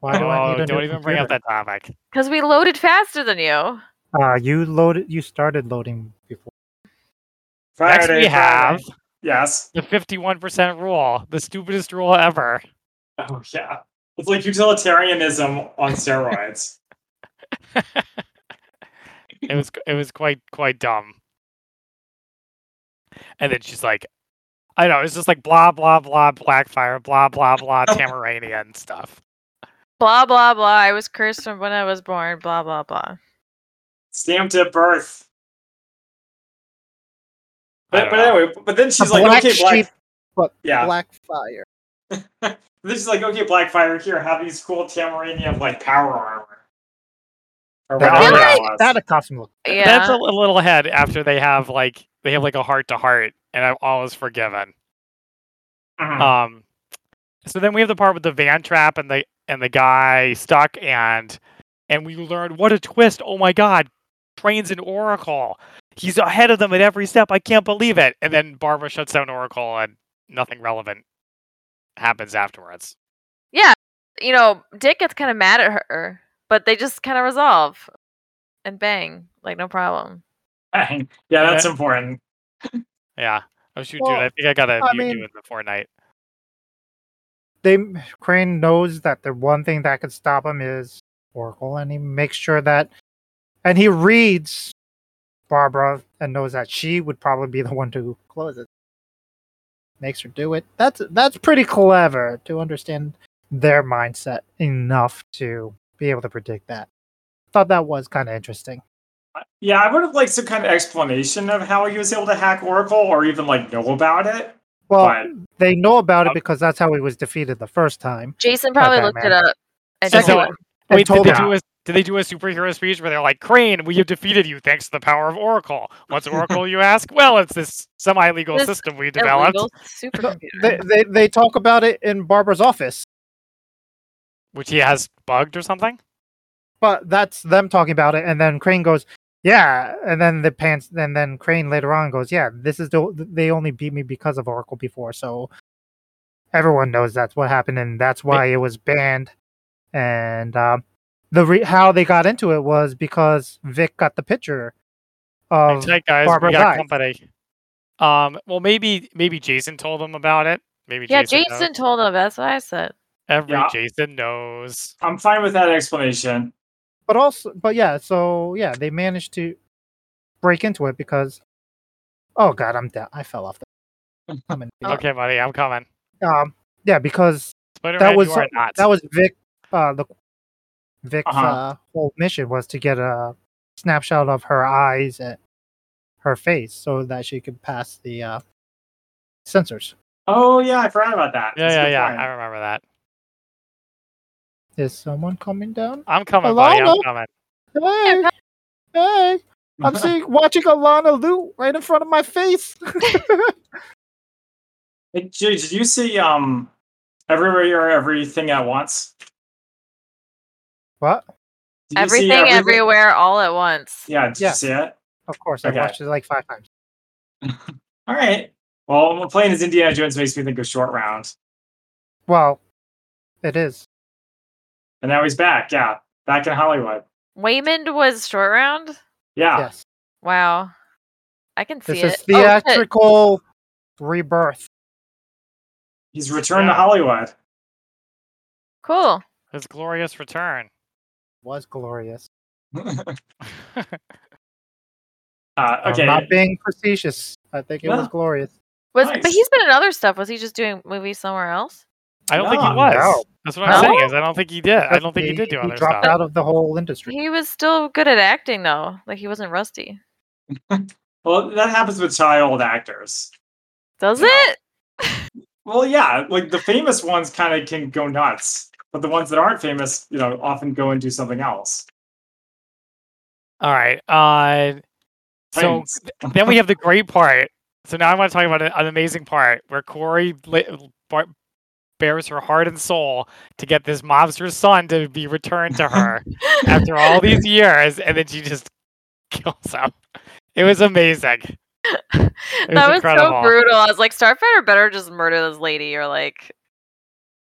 Speaker 4: Why do I
Speaker 3: oh,
Speaker 4: need a
Speaker 3: don't
Speaker 4: new
Speaker 3: even bring up
Speaker 4: computer?
Speaker 3: that topic.
Speaker 1: Because we loaded faster than you.
Speaker 4: Uh, you loaded. You started loading before.
Speaker 3: Next we
Speaker 2: Friday,
Speaker 3: have
Speaker 2: Friday. Yes.
Speaker 3: the fifty-one percent rule, the stupidest rule ever.
Speaker 2: Oh yeah. It's like utilitarianism on steroids.
Speaker 3: It was it was quite quite dumb. And then she's like, I know it's just like blah blah blah Blackfire blah blah blah Tamaranian stuff.
Speaker 1: Blah blah blah. I was cursed from when I was born. Blah blah blah.
Speaker 2: Stamped at birth.
Speaker 3: I
Speaker 2: But,
Speaker 3: don't
Speaker 2: but
Speaker 3: know.
Speaker 2: anyway, but then she's like,
Speaker 4: black
Speaker 2: okay, black,
Speaker 4: sheep, but
Speaker 2: yeah.
Speaker 4: Black fire.
Speaker 2: Then she's like, okay, Blackfire, here, have these cool Tamaranian like power armor. Or
Speaker 4: That,
Speaker 2: whatever
Speaker 1: feel
Speaker 2: that
Speaker 4: that,
Speaker 2: was.
Speaker 4: a costume look.
Speaker 1: Yeah.
Speaker 3: That's a, li- little ahead after they have like they have like a heart to heart, and I'm always forgiven.
Speaker 2: Mhm.
Speaker 3: Um, so then we have the part with the van trap and the and the guy stuck and and we learned what a twist! Oh my God, Train's an Oracle. He's ahead of them at every step. I can't believe it. And then Barbara shuts down Oracle and nothing relevant happens afterwards.
Speaker 1: you know, Dick gets kind of mad at her, but they just kind of resolve, and bang, like no problem.
Speaker 3: Uh-huh.
Speaker 2: Dang. Yeah, that's important.
Speaker 3: Yeah. Oh shoot, dude!
Speaker 4: Well,
Speaker 3: I think I gotta
Speaker 4: I
Speaker 3: mute
Speaker 4: mean-
Speaker 3: you in the Fortnite.
Speaker 4: They Crane knows that the one thing that could stop him is Oracle, and he makes sure that, and he reads Barbara and knows that she would probably be the one to close it. Makes her do it. That's that's pretty clever to understand their mindset enough to be able to predict that. Thought that was kind of interesting.
Speaker 2: Yeah, I would have liked some kind of explanation of how he was able to hack Oracle or even like know about it.
Speaker 4: Well,
Speaker 2: But
Speaker 4: they know about it
Speaker 3: Um,
Speaker 4: because that's how he was defeated the first time.
Speaker 1: Jason probably
Speaker 4: Okay,
Speaker 1: looked
Speaker 4: man.
Speaker 1: it up. And
Speaker 3: So-
Speaker 1: didn't do it.
Speaker 4: and
Speaker 3: Wait, did
Speaker 4: told
Speaker 3: they,
Speaker 4: him-
Speaker 3: do a, did they do a superhero speech where they're like, Crane, we have defeated you thanks to the power of Oracle? What's Oracle, you ask? Well, it's this semi legal
Speaker 1: This
Speaker 3: system we developed.
Speaker 1: Illegal
Speaker 4: No,
Speaker 1: supercomputer.
Speaker 4: they, they they talk about it in Barbara's office,
Speaker 3: which he has bugged or something.
Speaker 4: but that's them talking about it. And then Crane goes, "Yeah," and then the pants, and then Crane later on goes, "Yeah, this is the they only beat me because of Oracle before." So everyone knows that's what happened, and that's why it was banned. And um, the re- how they got into it was because Vic got the picture
Speaker 3: Like,
Speaker 4: of
Speaker 3: Tonight, guys,
Speaker 4: Barbara
Speaker 3: we got
Speaker 4: died.
Speaker 3: a company. Um, well, maybe maybe Jason told him about it. Maybe
Speaker 1: yeah,
Speaker 3: Jason.
Speaker 1: Jason,
Speaker 3: knows.
Speaker 1: told him. That's what I said.
Speaker 3: Every
Speaker 2: Yeah.
Speaker 3: Jason knows.
Speaker 2: I'm fine with that explanation.
Speaker 4: but also but yeah so yeah they managed to break into it because Oh god, I'm down. I fell off. The- I'm in. fear.
Speaker 3: Okay, buddy, I'm coming.
Speaker 4: Um. Yeah, because
Speaker 3: Spider
Speaker 4: that
Speaker 3: Man,
Speaker 4: was
Speaker 3: you are not.
Speaker 4: that was Vic. Uh, the Vic's uh
Speaker 2: Uh-huh.
Speaker 4: whole mission was to get a snapshot of her eyes and her face so that she could pass the uh, sensors.
Speaker 2: Oh yeah, I forgot about that.
Speaker 3: yeah,
Speaker 2: That's a
Speaker 3: yeah,
Speaker 2: good
Speaker 3: yeah.
Speaker 2: point.
Speaker 3: I remember that.
Speaker 4: Is someone coming down?
Speaker 3: I'm coming, buddy. I'm
Speaker 4: Alana?
Speaker 3: coming.
Speaker 4: Hey, hey! I'm seeing watching Alana loot right in front of my face.
Speaker 2: Hey, Jay, did you see um everywhere everything at once?
Speaker 4: what?
Speaker 2: Did you see
Speaker 1: Everything, everywhere, all at once.
Speaker 2: Yeah, did
Speaker 4: Yeah.
Speaker 2: you see it?
Speaker 4: Of course,
Speaker 2: Okay.
Speaker 4: I watched it like five times.
Speaker 2: All right. Well, when playing as Indiana Jones makes me think of short round,
Speaker 4: Well, it is.
Speaker 2: and now he's back. Yeah, back in Hollywood.
Speaker 1: Waymond was short round.
Speaker 2: Yeah.
Speaker 4: Yes,
Speaker 1: Wow, I can see
Speaker 4: this
Speaker 1: it.
Speaker 4: is
Speaker 1: Oh, shit.
Speaker 4: theatrical rebirth.
Speaker 2: He's returned
Speaker 3: Yeah.
Speaker 2: to Hollywood.
Speaker 1: cool.
Speaker 3: His glorious return.
Speaker 4: Was glorious.
Speaker 2: uh,
Speaker 4: I'm
Speaker 2: okay.
Speaker 4: not being facetious. I think it
Speaker 2: No.
Speaker 4: was glorious.
Speaker 1: Was but
Speaker 2: Nice.
Speaker 1: he's been in other stuff. Was he just doing movies somewhere else?
Speaker 3: I don't think he
Speaker 2: No.
Speaker 3: was.
Speaker 4: No.
Speaker 3: That's what
Speaker 1: No?
Speaker 3: I'm saying is I don't think he did. I don't think he did do
Speaker 4: He
Speaker 3: other
Speaker 4: dropped
Speaker 3: stuff.
Speaker 4: out of the whole industry.
Speaker 1: He was still good at acting though. Like he wasn't rusty.
Speaker 2: well, that happens with child actors.
Speaker 1: Does
Speaker 2: No.
Speaker 1: it?
Speaker 2: Well, yeah, like the famous ones kind of can go nuts, but the ones that aren't famous, you know, often go and do something else.
Speaker 3: All right. Uh, so
Speaker 2: Titans.
Speaker 3: then we have the great part. So now I want to talk about an, an amazing part where Corey li- bar- bears her heart and soul to get this mobster's son to be returned to her after all these years, and then she just kills him. It was amazing. It
Speaker 1: that was so
Speaker 3: incredible.
Speaker 1: brutal. I was like, Starfighter better just murder this lady or like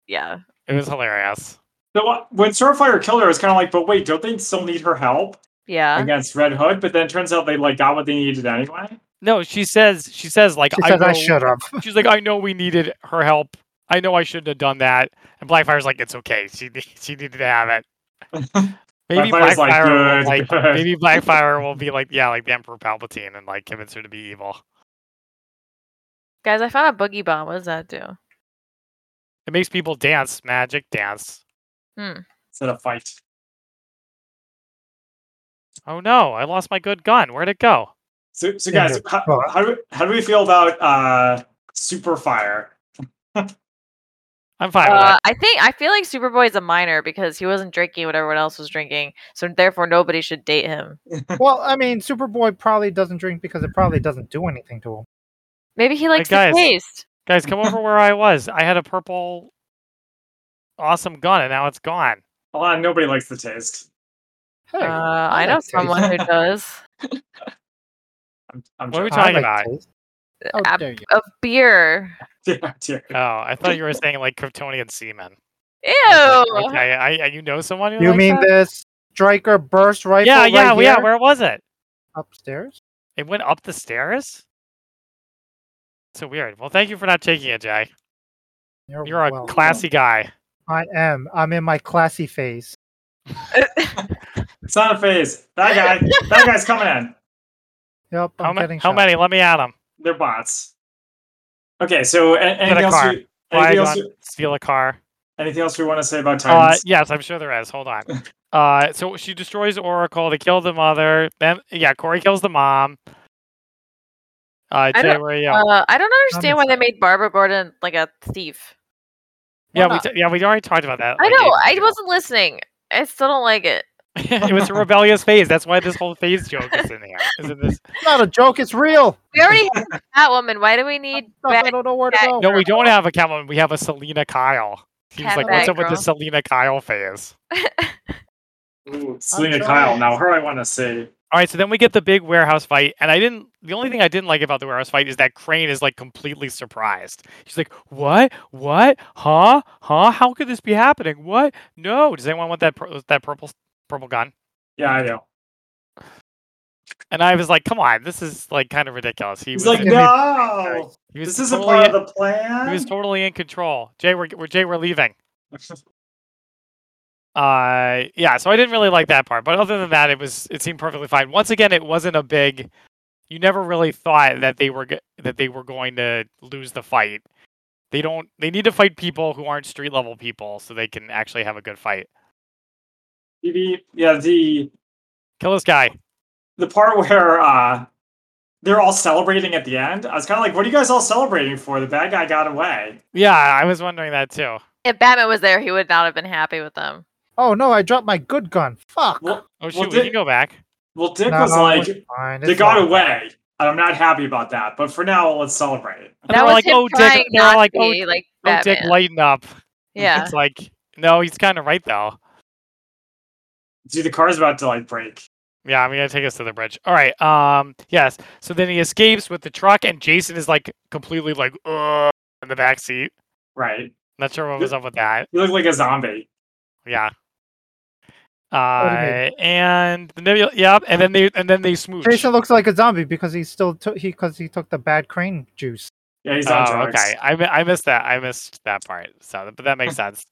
Speaker 1: Yeah.
Speaker 3: It was hilarious.
Speaker 2: So uh, when Starfire killed her, it's kind of like, but wait, don't they still need her help
Speaker 1: Yeah.
Speaker 2: against Red Hood? But then it turns out they like got what they needed anyway.
Speaker 3: No, she says she says like
Speaker 4: She says I
Speaker 3: know-
Speaker 4: should have.
Speaker 3: She's like I know we needed her help. I know I shouldn't have done that. And Blackfire's like it's okay. She ne- she needed to have it. Maybe
Speaker 2: Blackfire's like,
Speaker 3: Blackfire
Speaker 2: "Good,
Speaker 3: will, like
Speaker 2: good."
Speaker 3: maybe Blackfire will be like yeah like the Emperor Palpatine and like convince her to be evil.
Speaker 1: Guys, I found a boogie bomb. What does that do?
Speaker 3: It makes people dance, magic dance.
Speaker 2: Instead of fight.
Speaker 3: Oh no, I lost my good gun. Where'd it go?
Speaker 2: So, so
Speaker 4: Yeah,
Speaker 2: guys,
Speaker 4: good.
Speaker 2: how,
Speaker 4: Well-
Speaker 2: how, do we, how do we feel about uh, Super Fire?
Speaker 3: I'm fine with
Speaker 1: Uh,
Speaker 3: that.
Speaker 1: I think I feel like Superboy's a minor because he wasn't drinking what everyone else was drinking, so therefore nobody should date him.
Speaker 4: well, I mean, Superboy probably doesn't drink because it probably doesn't do anything to him.
Speaker 1: Maybe he likes
Speaker 3: guys.
Speaker 1: the taste.
Speaker 3: Guys, come over where I was. I had a purple awesome gun and now it's gone.
Speaker 2: Well, Oh, nobody likes the taste.
Speaker 4: Hey,
Speaker 1: Uh, I know
Speaker 4: like taste.
Speaker 1: someone who does.
Speaker 2: I'm, I'm
Speaker 3: What are we
Speaker 2: joking.
Speaker 3: talking about?
Speaker 4: taste. How
Speaker 1: Uh,
Speaker 4: dare you?
Speaker 1: A beer.
Speaker 2: Yeah, dear.
Speaker 3: Oh, I thought you were saying like Kryptonian seamen.
Speaker 1: Ew.
Speaker 3: I was like, okay, I, I, you know someone who
Speaker 4: You
Speaker 3: likes
Speaker 4: mean
Speaker 3: that?
Speaker 4: this striker burst rifle?
Speaker 3: Yeah,
Speaker 4: right
Speaker 3: yeah, well, yeah.
Speaker 4: here?
Speaker 3: Where was it?
Speaker 4: upstairs.
Speaker 3: It went up the stairs. So weird. Well, thank you for not taking it, Jay. You're a
Speaker 4: welcome.
Speaker 3: classy guy.
Speaker 4: I am. I'm in my classy phase.
Speaker 2: It's not a phase. That guy, that guy's coming in.
Speaker 4: Yep. I'm
Speaker 3: How, ma-
Speaker 4: getting
Speaker 3: how
Speaker 4: shot.
Speaker 3: many? Let me add them.
Speaker 2: They're bots. Okay, so a- anything else,
Speaker 3: car.
Speaker 2: we,
Speaker 3: Why
Speaker 2: anything,
Speaker 3: do
Speaker 2: else
Speaker 3: I
Speaker 2: we,
Speaker 3: steal a car?
Speaker 2: anything else we want to say about
Speaker 3: Uh,
Speaker 2: Titans?
Speaker 3: yes, I'm sure there is. Hold on. Uh, so she destroys Oracle to kill the mother. Then yeah, Corey kills the mom. Uh, Jay,
Speaker 1: don't-
Speaker 3: where are you?
Speaker 1: Uh, I don't understand why they
Speaker 4: sorry.
Speaker 1: made Barbara Gordon like a thief.
Speaker 3: yeah,
Speaker 4: why
Speaker 3: we t- yeah we already talked about that.
Speaker 1: I
Speaker 3: like,
Speaker 1: know.
Speaker 3: ages
Speaker 1: I
Speaker 3: ago.
Speaker 1: wasn't listening. I still don't like it.
Speaker 3: it was a rebellious phase. That's why this whole phase joke is in here. Is in this?
Speaker 4: It's not a joke. It's real.
Speaker 1: We already have that woman. Why do we need
Speaker 4: Stuff I
Speaker 1: bad-
Speaker 4: don't know where to
Speaker 1: back-
Speaker 4: go.
Speaker 3: No, we don't have a Catwoman. We have a Selena Kyle. She's like, what's
Speaker 4: Catbag
Speaker 3: up with the Selena Kyle phase?
Speaker 2: Ooh, Selena
Speaker 4: trying.
Speaker 2: Kyle. Now, her I want to see.
Speaker 3: All right, so then we get the big warehouse fight, and I didn't. The only thing I didn't like about the warehouse fight is that Crane is like completely surprised. She's like, "What? What? Huh? Huh? How could this be happening? What? No! Does anyone want that pur- that purple purple gun?"
Speaker 2: Yeah, I know.
Speaker 3: And I was like, "Come on, this is like kind of ridiculous." He
Speaker 2: He's
Speaker 3: was
Speaker 2: like,
Speaker 4: give me-
Speaker 2: no,
Speaker 3: he was
Speaker 2: this isn't
Speaker 3: totally
Speaker 2: part
Speaker 3: in-
Speaker 2: of the plan.
Speaker 3: He was totally in control. Jay, we're, we're Jay, we're leaving. Uh, yeah. So I didn't really like that part, but other than that, it was it seemed perfectly fine. Once again, it wasn't a big, you never really thought that they were go- that they were going to lose the fight. They don't. They need to fight people who aren't street level people, so they can actually have a good fight.
Speaker 2: The- yeah, the
Speaker 3: Kill this guy.
Speaker 2: the part where uh they're all celebrating at the end. I was kind of like, what are you guys all celebrating for? The bad guy got away.
Speaker 3: Yeah, I was wondering that too. Oh,
Speaker 1: If Batman was there, he would not have been happy with them.
Speaker 4: Oh no, I dropped my good gun. Fuck.
Speaker 2: Well,
Speaker 3: Oh shoot,
Speaker 2: Well,
Speaker 3: we can
Speaker 2: did-
Speaker 3: go back.
Speaker 2: well Dick
Speaker 4: No,
Speaker 2: was
Speaker 4: it's
Speaker 2: like,
Speaker 4: fine,
Speaker 2: they
Speaker 4: it's
Speaker 2: got
Speaker 4: fine.
Speaker 2: away. And I'm not happy about that. But for now, let's celebrate.
Speaker 3: And
Speaker 1: that
Speaker 3: they
Speaker 1: was
Speaker 3: were like,
Speaker 1: him
Speaker 3: "Oh,
Speaker 1: trying
Speaker 3: Dick," they were
Speaker 1: not
Speaker 3: like,
Speaker 1: to
Speaker 3: "Oh,
Speaker 1: be like
Speaker 3: Oh, Dick,
Speaker 1: Batman.
Speaker 3: lighten up.
Speaker 1: yeah,
Speaker 3: It's like, no, he's kind of right though.
Speaker 2: Dude, the car's about to like break.
Speaker 3: Yeah, I'm gonna take us to the bridge. All right. Um. Yes. So then he escapes with the truck, and Jason is like completely like Ugh, in the back seat.
Speaker 2: Right.
Speaker 3: Not sure what was up with that.
Speaker 2: You look like a zombie.
Speaker 3: Yeah.
Speaker 4: do you
Speaker 3: Uh, and the nebula. Yeah. And then they and then they smooch.
Speaker 4: Jason looks like a zombie because he still took he because he took the bad crane juice.
Speaker 2: Yeah, he's on
Speaker 3: oh,
Speaker 2: drugs.
Speaker 3: okay. I mi- I missed that. I missed that part. So, but that makes sense.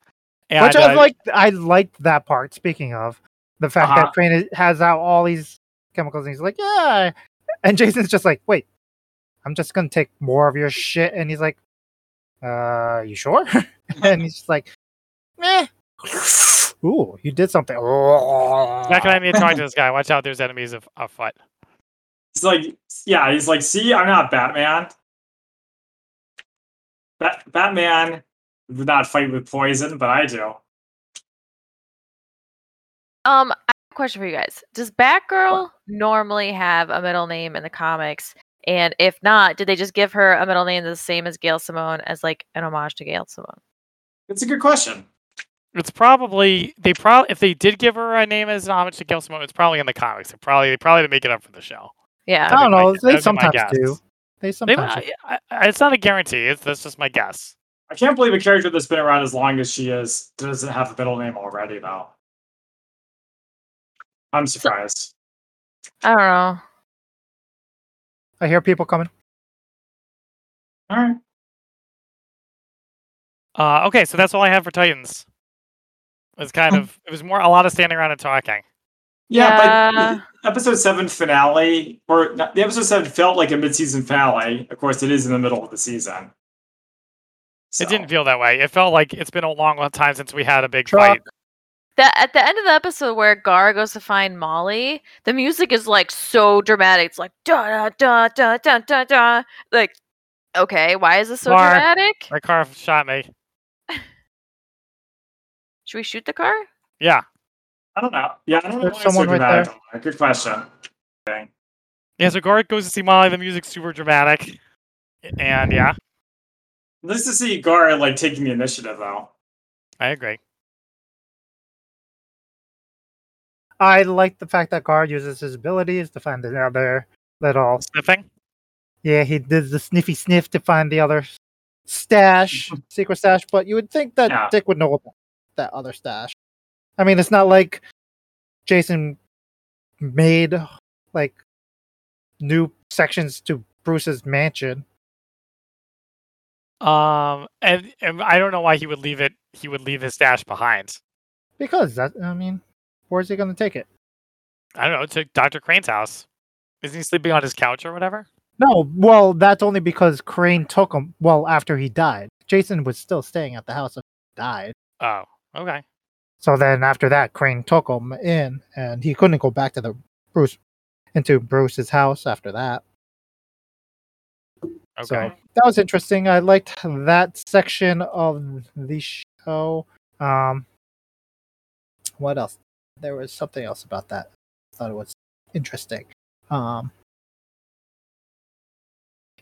Speaker 3: And,
Speaker 4: Which I
Speaker 3: uh,
Speaker 4: like. I liked that part. Speaking of the fact
Speaker 2: Uh-huh.
Speaker 4: that Crane is- has out all these chemicals, and he's like, "Yeah," and Jason's just like, "Wait, I'm just gonna take more of your shit," and he's like, "Uh, you sure?" and he's just like, "Meh." Ooh, you did something.
Speaker 3: Zach and I need to talk to this guy. Watch out! There's enemies af- afoot.
Speaker 2: He's like, yeah, he's like, see, I'm not Batman. Bat- Batman would not fight with poison, but I do.
Speaker 1: Um, I have a question for you guys. Does Batgirl normally have a middle name in the comics? And if not, did they just give her a middle name the same as Gail Simone as like an homage to Gail Simone?
Speaker 2: It's a good question.
Speaker 3: It's probably they probably if they did give her a name as an homage to Gail Simone, it's probably in the comics. They probably they probably didn't make it up for the show.
Speaker 1: Yeah.
Speaker 4: I
Speaker 3: That'd
Speaker 4: don't
Speaker 3: be my-
Speaker 4: know.
Speaker 3: that'd be
Speaker 4: They
Speaker 3: my
Speaker 4: sometimes
Speaker 3: guess.
Speaker 4: do. They
Speaker 3: They,
Speaker 4: sometimes. do.
Speaker 3: I, I, I- it's not a guarantee. It's that's just my guess.
Speaker 2: I can't believe a character that's been around as long as she is doesn't have a middle name already, though. I'm surprised.
Speaker 1: I don't know.
Speaker 4: I hear people coming.
Speaker 2: All right.
Speaker 3: Uh, okay, so that's all I have for Titans. It's kind
Speaker 4: Hmm.
Speaker 3: of it was more a lot of standing around and talking.
Speaker 2: Yeah,
Speaker 1: Yeah.
Speaker 2: but episode seven finale, or not, the episode seven felt like a mid-season finale. Of course, it is in the middle of the season. So,
Speaker 3: It didn't feel that way. It felt like it's been a long long time since we had a big
Speaker 4: Truck.
Speaker 3: fight.
Speaker 1: That at the end of the episode where Gar goes to find Molly, the music is like so dramatic. It's like da da da da da da da. Like, okay, why is this so
Speaker 3: Gar.
Speaker 1: dramatic?
Speaker 3: My car shot me.
Speaker 1: Should we shoot the car?
Speaker 3: Yeah,
Speaker 2: I don't know. Yeah, I don't know.
Speaker 4: There's
Speaker 2: why it's so
Speaker 4: someone right there.
Speaker 2: dramatic. Good question.
Speaker 3: yeah. So Garrick goes to see Molly. The music's super dramatic, and yeah,
Speaker 2: Nice to see Gar like taking the initiative, though.
Speaker 3: I agree.
Speaker 4: I like the fact that Gar uses his abilities to find the other little.
Speaker 3: Sniffing.
Speaker 4: Yeah, he did the sniffy sniff to find the other stash, secret stash. But you would think that
Speaker 2: Yeah.
Speaker 4: Dick would know about that other stash. I mean, it's not like Jason made like new sections to Bruce's mansion.
Speaker 3: Um, and, and I don't know why he would leave it. He would leave his stash behind.
Speaker 4: Because that, I mean, where's he going to take it?
Speaker 3: I don't know, to Dr. Crane's house. Isn't he sleeping on his couch or whatever?
Speaker 4: No, well, that's only because Crane took him. Well, after he died, Jason was still staying at the house after he died.
Speaker 3: Oh, okay.
Speaker 4: So then after that, Crane took him in, and he couldn't go back to the Bruce into Bruce's house after that.
Speaker 3: Okay.
Speaker 4: So that was interesting. I liked that section of the show. Um, what else? There was something else about that. I thought it was interesting. Um,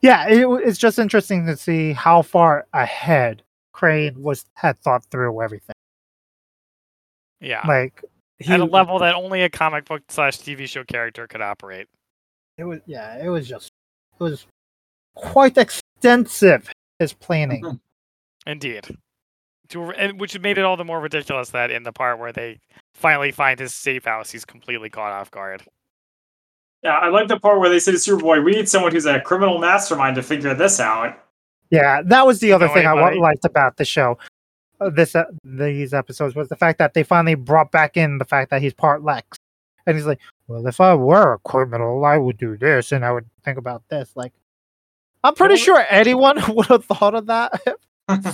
Speaker 4: yeah, it, w- it's just interesting to see how far ahead Crane was had thought through everything.
Speaker 3: yeah.
Speaker 4: Like he
Speaker 3: At a level that only a comic book slash TV show character could operate.
Speaker 4: it was yeah it was just it was quite extensive his planning
Speaker 3: Indeed. To, a- and which made it all the more ridiculous that in the part where they finally find his safe house, he's completely caught off guard.
Speaker 2: Yeah, I like the part where they say to Superboy, "We need someone who's a criminal mastermind to figure this out."
Speaker 4: yeah that was the other
Speaker 3: know
Speaker 4: thing i wa-
Speaker 3: anybody?
Speaker 4: liked about the show uh, this uh, these episodes was the fact that they finally brought back in the fact that he's part lex And he's like, well, if I were a criminal, I would do this and I would think about this. Like, I'm pretty
Speaker 3: Well,
Speaker 4: sure anyone would have thought of that.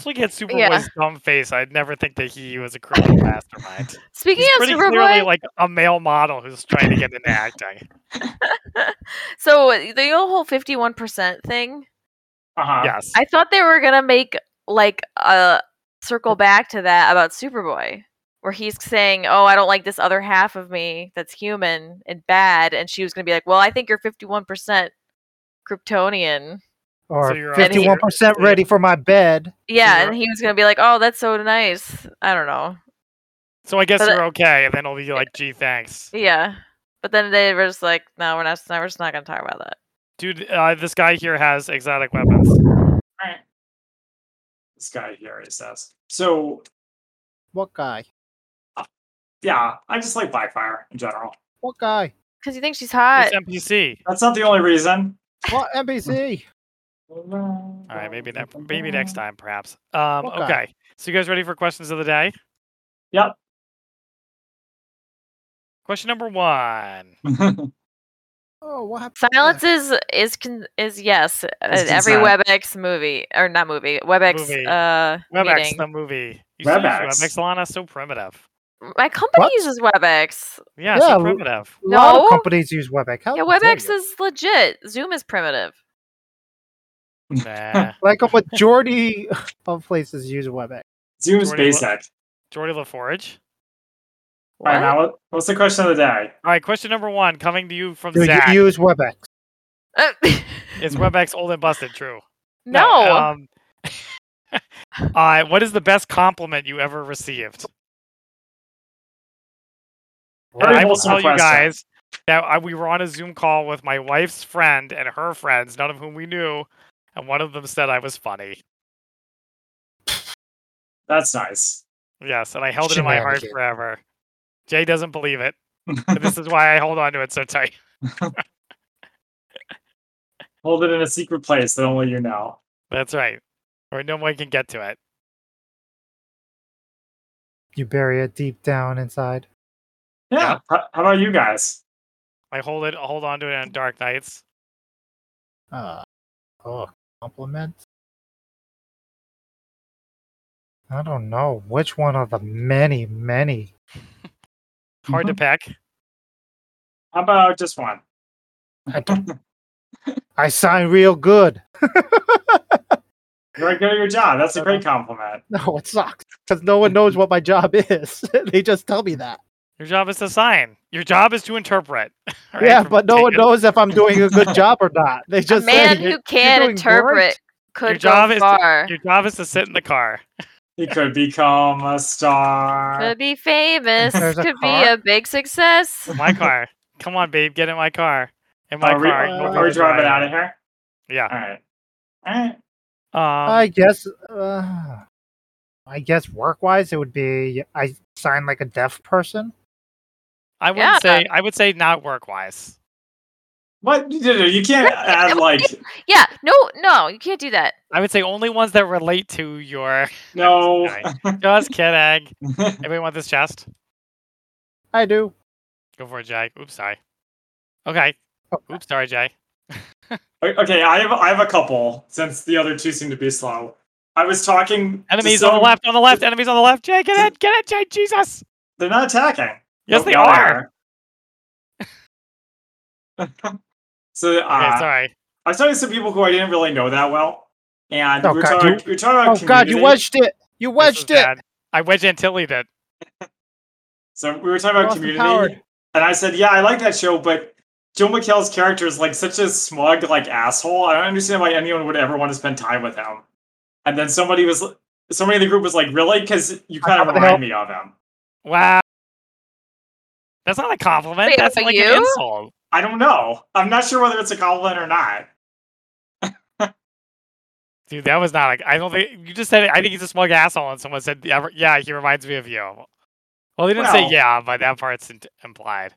Speaker 3: Look at Superboy's
Speaker 1: Yeah.
Speaker 3: dumb face. I'd never think that he was a criminal mastermind.
Speaker 1: Speaking
Speaker 3: He's
Speaker 1: of
Speaker 3: pretty clearly
Speaker 1: Superboy,
Speaker 3: like a male model who's trying to get into acting.
Speaker 1: so the whole fifty-one percent thing.
Speaker 4: Uh,
Speaker 2: Uh-huh.
Speaker 3: Yes.
Speaker 1: I thought they were gonna make like a circle back to that about Superboy, where he's saying, "Oh, I don't like this other half of me that's human and bad," and she was gonna be like, "Well, I think you're fifty-one percent Kryptonian."
Speaker 4: Or
Speaker 3: you're on-
Speaker 1: And he-
Speaker 4: 51% ready for my bed.
Speaker 1: Yeah,
Speaker 3: Sure.
Speaker 1: and he was gonna be like, "Oh, that's so nice." I don't know.
Speaker 3: so I guess
Speaker 1: but- uh,
Speaker 3: you're okay, and then he'll be like, "Gee, thanks,
Speaker 1: Yeah, but then they were just like, "No, we're not. no, We're just not gonna talk about that."
Speaker 3: dude." Uh, this guy here has exotic weapons.
Speaker 2: This guy here is us. So
Speaker 4: What guy?
Speaker 2: yeah, I just like Blackfire in general.
Speaker 4: What guy?
Speaker 1: Because you think she's
Speaker 3: It's
Speaker 1: hot.
Speaker 3: NPC.
Speaker 2: That's not the only reason.
Speaker 4: What NBC?
Speaker 2: All
Speaker 3: All right, maybe that. Maybe next time, perhaps. Um,
Speaker 4: Okay.
Speaker 3: okay. So you guys ready for questions of the day?
Speaker 2: Yep.
Speaker 3: Question number one.
Speaker 4: Oh, what happened?
Speaker 1: Silence is is con- is yes in every
Speaker 2: consent.
Speaker 1: WebEx movie or not movie WebEx
Speaker 3: Movie.
Speaker 1: uh
Speaker 3: WebEx,
Speaker 1: meeting.
Speaker 3: the movie. You still use
Speaker 2: WebEx.
Speaker 3: WebEx, Alana, so primitive.
Speaker 1: My company
Speaker 4: What?
Speaker 1: uses WebEx.
Speaker 3: Yeah,
Speaker 4: Yeah,
Speaker 3: so
Speaker 4: w-
Speaker 3: primitive.
Speaker 4: A lot
Speaker 1: No.
Speaker 4: of companies use WebEx. How
Speaker 1: Yeah,
Speaker 4: dare
Speaker 1: WebEx
Speaker 4: Oh, you?
Speaker 1: is legit. Zoom is primitive.
Speaker 3: Nah.
Speaker 4: like a majority of places use WebEx.
Speaker 2: Zoom's
Speaker 3: Jordan, what-
Speaker 2: basic.
Speaker 3: Jordy LaForge.
Speaker 2: All right, now what- what's the question of the day?
Speaker 3: All right, question number one coming to you from
Speaker 4: Do
Speaker 3: Zach.
Speaker 4: you use WebEx?
Speaker 1: Uh,
Speaker 3: Is WebEx old and busted true?
Speaker 1: no.
Speaker 3: um, uh, what is the best compliment you ever received? And
Speaker 2: Very
Speaker 3: I will
Speaker 2: wholesome
Speaker 3: tell you
Speaker 2: question.
Speaker 3: guys that I, we were on a Zoom call with my wife's friend and her friends, none of whom we knew, and one of them said I was funny.
Speaker 2: That's nice.
Speaker 3: Yes, and I held it in my heart
Speaker 4: Shenanigans.
Speaker 3: forever. Jay doesn't believe it. but this is why I hold on to it so tight.
Speaker 2: Hold it in a secret place that only you know.
Speaker 3: That's right. Or no one can get to it.
Speaker 4: You bury it deep down inside.
Speaker 2: Yeah. H- How about you guys?
Speaker 3: I hold it, hold on to
Speaker 4: Mm-hmm.
Speaker 3: it on dark nights.
Speaker 4: Uh, oh, compliments. I don't know which one of the many, many.
Speaker 3: Hard to
Speaker 4: Mm-hmm.
Speaker 3: pick.
Speaker 2: How about just one?
Speaker 4: I don't. I sign real good.
Speaker 2: You're good at your job. That's a great compliment.
Speaker 4: No, it sucks because no one knows what my job is. they just tell me that.
Speaker 3: Your job is to sign. Your job is to interpret. all right,
Speaker 4: yeah,
Speaker 3: from
Speaker 4: but no one
Speaker 3: taken.
Speaker 4: knows if I'm doing a good job or not. They
Speaker 1: a
Speaker 4: just say
Speaker 1: man
Speaker 4: it.
Speaker 1: who can't
Speaker 4: doing great.
Speaker 1: interpret could
Speaker 3: Your job
Speaker 1: go
Speaker 3: is to-
Speaker 1: far.
Speaker 3: Your job is to sit in the car.
Speaker 2: He could become a star.
Speaker 1: could be famous.
Speaker 4: There's a
Speaker 1: could be
Speaker 4: car.
Speaker 1: a big success.
Speaker 3: My car. Come on, babe, get in my car. In my
Speaker 2: are we,
Speaker 3: car.
Speaker 4: uh,
Speaker 3: you'll be
Speaker 2: are we
Speaker 3: the
Speaker 2: driving
Speaker 3: driver.
Speaker 2: out of here?
Speaker 3: Yeah.
Speaker 2: All right. All right.
Speaker 3: Um,
Speaker 4: I guess. Uh, I guess work-wise, it would be I sign like a deaf person.
Speaker 3: I wouldn't
Speaker 1: Yeah.
Speaker 3: say. I would say not work wise.
Speaker 2: What? You did it. You can't add, like,
Speaker 1: Yeah. No. No. You can't do that.
Speaker 3: I would say only ones that relate to your.
Speaker 2: no.
Speaker 3: Just kidding. Anybody want this chest?
Speaker 4: I do.
Speaker 3: Go for it, Jay. Oops, sorry. Okay.
Speaker 4: Okay.
Speaker 3: Oops, sorry, Jay.
Speaker 2: okay, I have, I have a couple since the other two seem to be slow. I was talking. to
Speaker 3: Enemies on the
Speaker 2: some-
Speaker 3: left, on the left, enemies on the left. Jay, get it, get it, Jay, Jesus.
Speaker 2: They're not attacking.
Speaker 3: Yes,
Speaker 2: Nope,
Speaker 3: they
Speaker 2: now
Speaker 3: are.
Speaker 2: are. so, uh,
Speaker 3: Okay, sorry.
Speaker 2: I was talking to some people who I didn't really know that well, and
Speaker 4: Oh,
Speaker 2: we, were
Speaker 4: God,
Speaker 2: talking,
Speaker 4: you-
Speaker 2: we were talking about
Speaker 4: Oh God, you
Speaker 2: community.
Speaker 4: wedged it. You
Speaker 3: This is
Speaker 4: wedged it.
Speaker 3: bad. I wedge Antilly did.
Speaker 2: So we were talking about
Speaker 4: Austin
Speaker 2: community,
Speaker 4: Howard.
Speaker 2: and I said, "Yeah, I like that show, but Joe McHale's character is like such a smug, like asshole. I don't understand why anyone would ever want to spend time with him." And then somebody was, somebody in the group was like, "Really? Because you kind
Speaker 4: top
Speaker 2: of
Speaker 4: of the
Speaker 2: remind me of him."
Speaker 3: Wow. That's not a compliment.
Speaker 1: Wait,
Speaker 3: That's
Speaker 1: but
Speaker 3: like
Speaker 1: you?
Speaker 3: an insult.
Speaker 2: I don't know. I'm not sure whether it's a compliment or not.
Speaker 3: Dude, that was not a. I don't think you just said. it- I think he's a smug asshole, and someone said, "Yeah, "Yeah, he reminds me of you." Well, they didn't say
Speaker 2: Well-
Speaker 3: yeah, but that part's in- implied.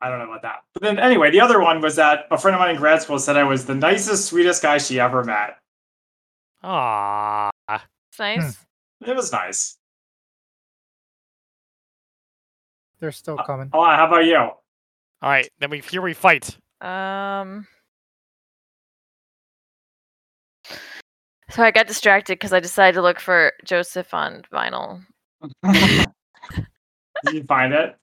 Speaker 2: I don't know about that. But then anyway, the other one was that a friend of mine in grad school said I was the nicest, sweetest guy she ever met.
Speaker 3: Ah,
Speaker 4: Hmm.
Speaker 1: It's nice.
Speaker 2: It was nice.
Speaker 4: They're still
Speaker 3: Uh,
Speaker 4: coming.
Speaker 2: Alana, how about you?
Speaker 3: All right, then we here we fight.
Speaker 1: Um. So I got distracted because I decided to look for Joseph on vinyl.
Speaker 2: Did you find it?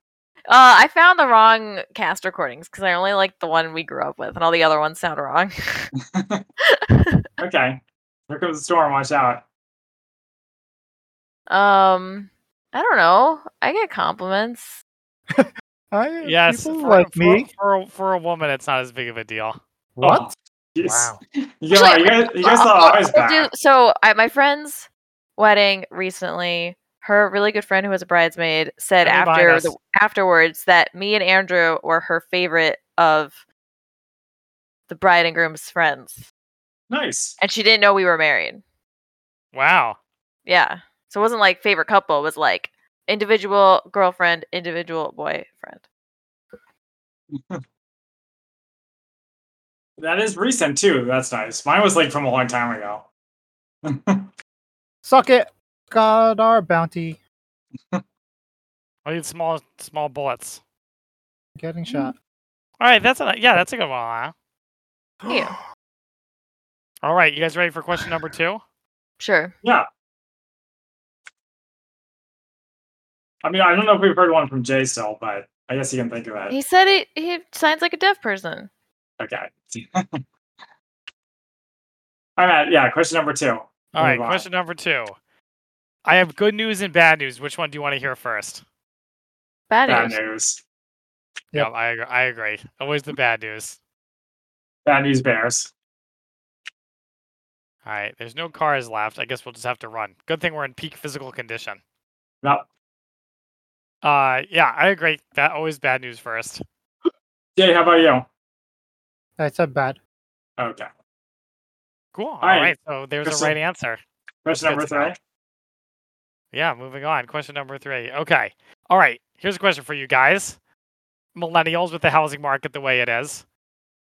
Speaker 1: Uh, I found the wrong cast recordings because I only like the one we grew up with, and all the other ones sound wrong.
Speaker 2: Okay. Here comes the storm. Watch out.
Speaker 1: um, I don't know. I get compliments.
Speaker 4: I,
Speaker 3: Yes,
Speaker 4: people
Speaker 3: for,
Speaker 4: like
Speaker 3: for-
Speaker 4: me.
Speaker 3: For, a- for a woman, it's not as big of a deal.
Speaker 4: What?
Speaker 2: Oh, jeez.
Speaker 4: wow.
Speaker 2: You guys, you guys, you guys
Speaker 1: I'll-
Speaker 2: saw
Speaker 1: I'll-
Speaker 2: eyes
Speaker 1: I'll
Speaker 2: back.
Speaker 1: do- so at my friend's wedding recently, her really good friend who was a bridesmaid said
Speaker 3: Don't remind
Speaker 1: after
Speaker 3: us.
Speaker 1: the, afterwards that me and Andrew were her favorite of the bride and groom's friends,
Speaker 2: Nice.
Speaker 1: and she didn't know we were married.
Speaker 3: Wow.
Speaker 1: Yeah, so it wasn't like favorite couple; it was like individual girlfriend, individual boyfriend.
Speaker 2: That is recent too. That's nice. Mine was like from a long time ago.
Speaker 4: Suck it. Got our bounty.
Speaker 3: I need small small bullets.
Speaker 4: Getting
Speaker 1: Mm.
Speaker 4: shot.
Speaker 3: All right, that's a yeah, that's a good one. Alana.
Speaker 1: Ew.
Speaker 3: All right, you guys ready for question number two?
Speaker 1: Sure.
Speaker 2: yeah. I mean, I don't know if we've heard one from Jay still, but I guess he can think of it.
Speaker 1: He said he, he sounds like a deaf person.
Speaker 2: Okay. All right. Yeah. Question number two.
Speaker 3: All right,
Speaker 2: Move on.
Speaker 3: question number two. I have good news and bad news. Which one do you want to hear first?
Speaker 1: Bad,
Speaker 2: Bad
Speaker 1: news.
Speaker 2: news.
Speaker 4: Yep.
Speaker 3: Yeah, I agree. I agree. Always the bad news.
Speaker 2: Bad news bears.
Speaker 3: All right, there's no cars left. I guess we'll just have to run. Good thing we're in peak physical condition.
Speaker 2: No.
Speaker 3: Uh, yeah, I agree. That always bad news first.
Speaker 2: Jay, how about you?
Speaker 4: I said bad.
Speaker 2: Okay.
Speaker 3: Cool. All
Speaker 2: right,
Speaker 3: right. So there's a
Speaker 2: Crystal.
Speaker 3: right answer.
Speaker 2: Question number
Speaker 3: Good to know.
Speaker 2: three.
Speaker 3: Yeah, moving on. Question number three. Okay. All right. Here's a question for you guys. Millennials with the housing market the way it is.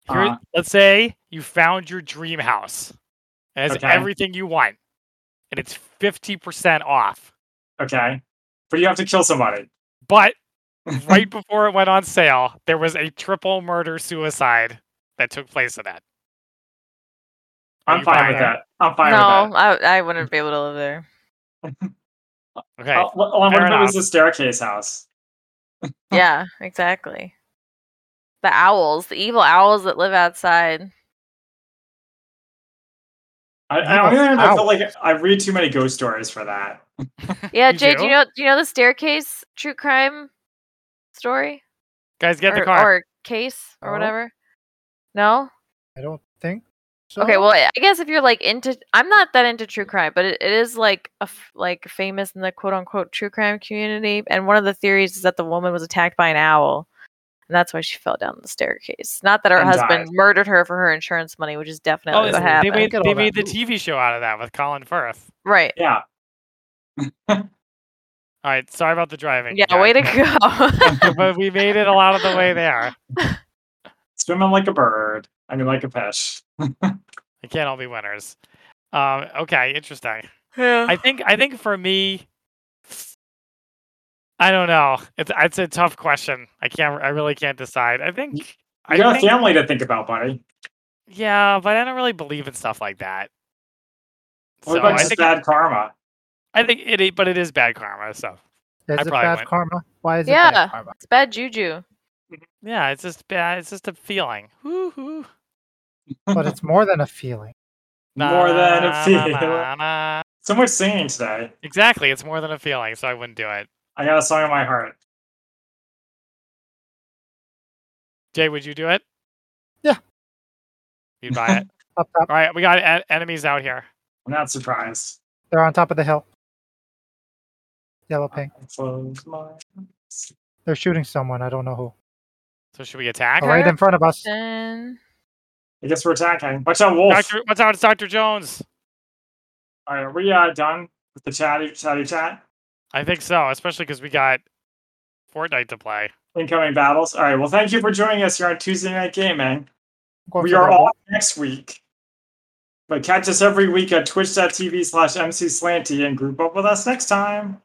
Speaker 3: Here,
Speaker 2: Uh-huh.
Speaker 3: let's say you found your dream house. It has
Speaker 2: Okay.
Speaker 3: everything you want. And it's 50% off.
Speaker 2: Okay. But you have to kill somebody.
Speaker 3: But right before it went on sale, there was a triple murder suicide that took place in it. Are
Speaker 2: I'm
Speaker 3: you
Speaker 2: fine
Speaker 3: buying
Speaker 2: with
Speaker 3: it?
Speaker 2: that. I'm fine
Speaker 1: No,
Speaker 2: with
Speaker 1: I, I wouldn't be able to live there.
Speaker 3: Okay.
Speaker 2: that.
Speaker 3: Oh,
Speaker 2: Uh, well, what
Speaker 3: fair
Speaker 2: if it
Speaker 3: enough.
Speaker 2: was a staircase house?
Speaker 1: yeah, exactly. The owls, the evil owls that live outside.
Speaker 2: I, I,
Speaker 4: Evil
Speaker 2: on the other hand, I feel
Speaker 4: owls.
Speaker 2: like I read too many ghost stories for that.
Speaker 1: Yeah,
Speaker 3: You
Speaker 1: Jay, do you
Speaker 3: do?
Speaker 1: know do you know the staircase true crime story?
Speaker 3: Guys, get in
Speaker 1: or,
Speaker 3: the car.
Speaker 1: or case or
Speaker 4: No.
Speaker 1: whatever? No?
Speaker 4: I don't think. So.
Speaker 1: Okay, well, I I guess if you're like into I'm not that into true crime, but it, it is like a f- like famous in the quote unquote true crime community and one of the theories is that the woman was attacked by an owl. And that's why she fell down the staircase. Not that her
Speaker 2: And
Speaker 1: husband
Speaker 2: died.
Speaker 1: murdered her for her insurance money, which is definitely
Speaker 3: Oh,
Speaker 1: what
Speaker 3: they
Speaker 1: happened.
Speaker 3: made,
Speaker 4: Get all
Speaker 3: they
Speaker 4: that.
Speaker 3: made the TV show out of that with Colin Firth.
Speaker 1: right.
Speaker 2: Yeah.
Speaker 3: All right, sorry about the driving.
Speaker 1: Yeah,
Speaker 3: guys,
Speaker 1: way to
Speaker 3: but-
Speaker 1: go.
Speaker 3: but we made it a lot of the way there.
Speaker 2: Swimming like a bird. I mean, like a fish.
Speaker 3: We can't all be winners. Um, okay, interesting.
Speaker 1: yeah.
Speaker 3: I think I think for me, I don't know. It's it's a tough question. I can't. I really can't decide. I think.
Speaker 2: You
Speaker 3: I
Speaker 2: got a
Speaker 3: think,
Speaker 2: family to think about, buddy.
Speaker 3: yeah, but I don't really believe in stuff like that.
Speaker 2: What
Speaker 3: So
Speaker 2: about
Speaker 3: I
Speaker 2: just
Speaker 3: think
Speaker 2: bad karma?
Speaker 3: I think it, i- but it is bad karma. So
Speaker 4: Is
Speaker 3: I
Speaker 4: it
Speaker 3: probably
Speaker 4: bad
Speaker 3: went.
Speaker 4: karma? Why is it
Speaker 1: Yeah.
Speaker 4: bad karma?
Speaker 1: It's bad juju.
Speaker 3: yeah, it's just bad. It's just a feeling. Woo-hoo.
Speaker 4: But it's more than a feeling.
Speaker 2: More than a feeling.
Speaker 3: feeling.
Speaker 2: So much singing today.
Speaker 3: Exactly, it's more than a feeling. So I wouldn't do it.
Speaker 2: I got a song in my heart.
Speaker 3: Jay, would you do it?
Speaker 4: Yeah.
Speaker 3: You'd buy it.
Speaker 4: Up top.
Speaker 3: All right, we got en- enemies out here.
Speaker 2: I'm not surprised.
Speaker 4: They're on top of the hill. Yellow
Speaker 3: Uh,
Speaker 4: pink.
Speaker 2: Close my eyes.
Speaker 4: They're shooting someone. I don't know who.
Speaker 3: So should we attack?
Speaker 1: Okay.
Speaker 4: Right in front of us.
Speaker 1: Then
Speaker 2: I guess we're attacking. Watch out, wolf.
Speaker 3: Doctor, what's out? It's Doctor Jones.
Speaker 2: All right, are we uh, done with the chatty chatty chat?
Speaker 3: I think so, especially because we got Fortnite to play.
Speaker 2: Incoming battles. All right. Well, thank you for joining us here on Tuesday Night Gaming.
Speaker 4: Go
Speaker 2: we
Speaker 4: for
Speaker 2: are
Speaker 4: the-
Speaker 2: all next week. But catch us every week at twitch.tv slash mcslanty and group up with us next time.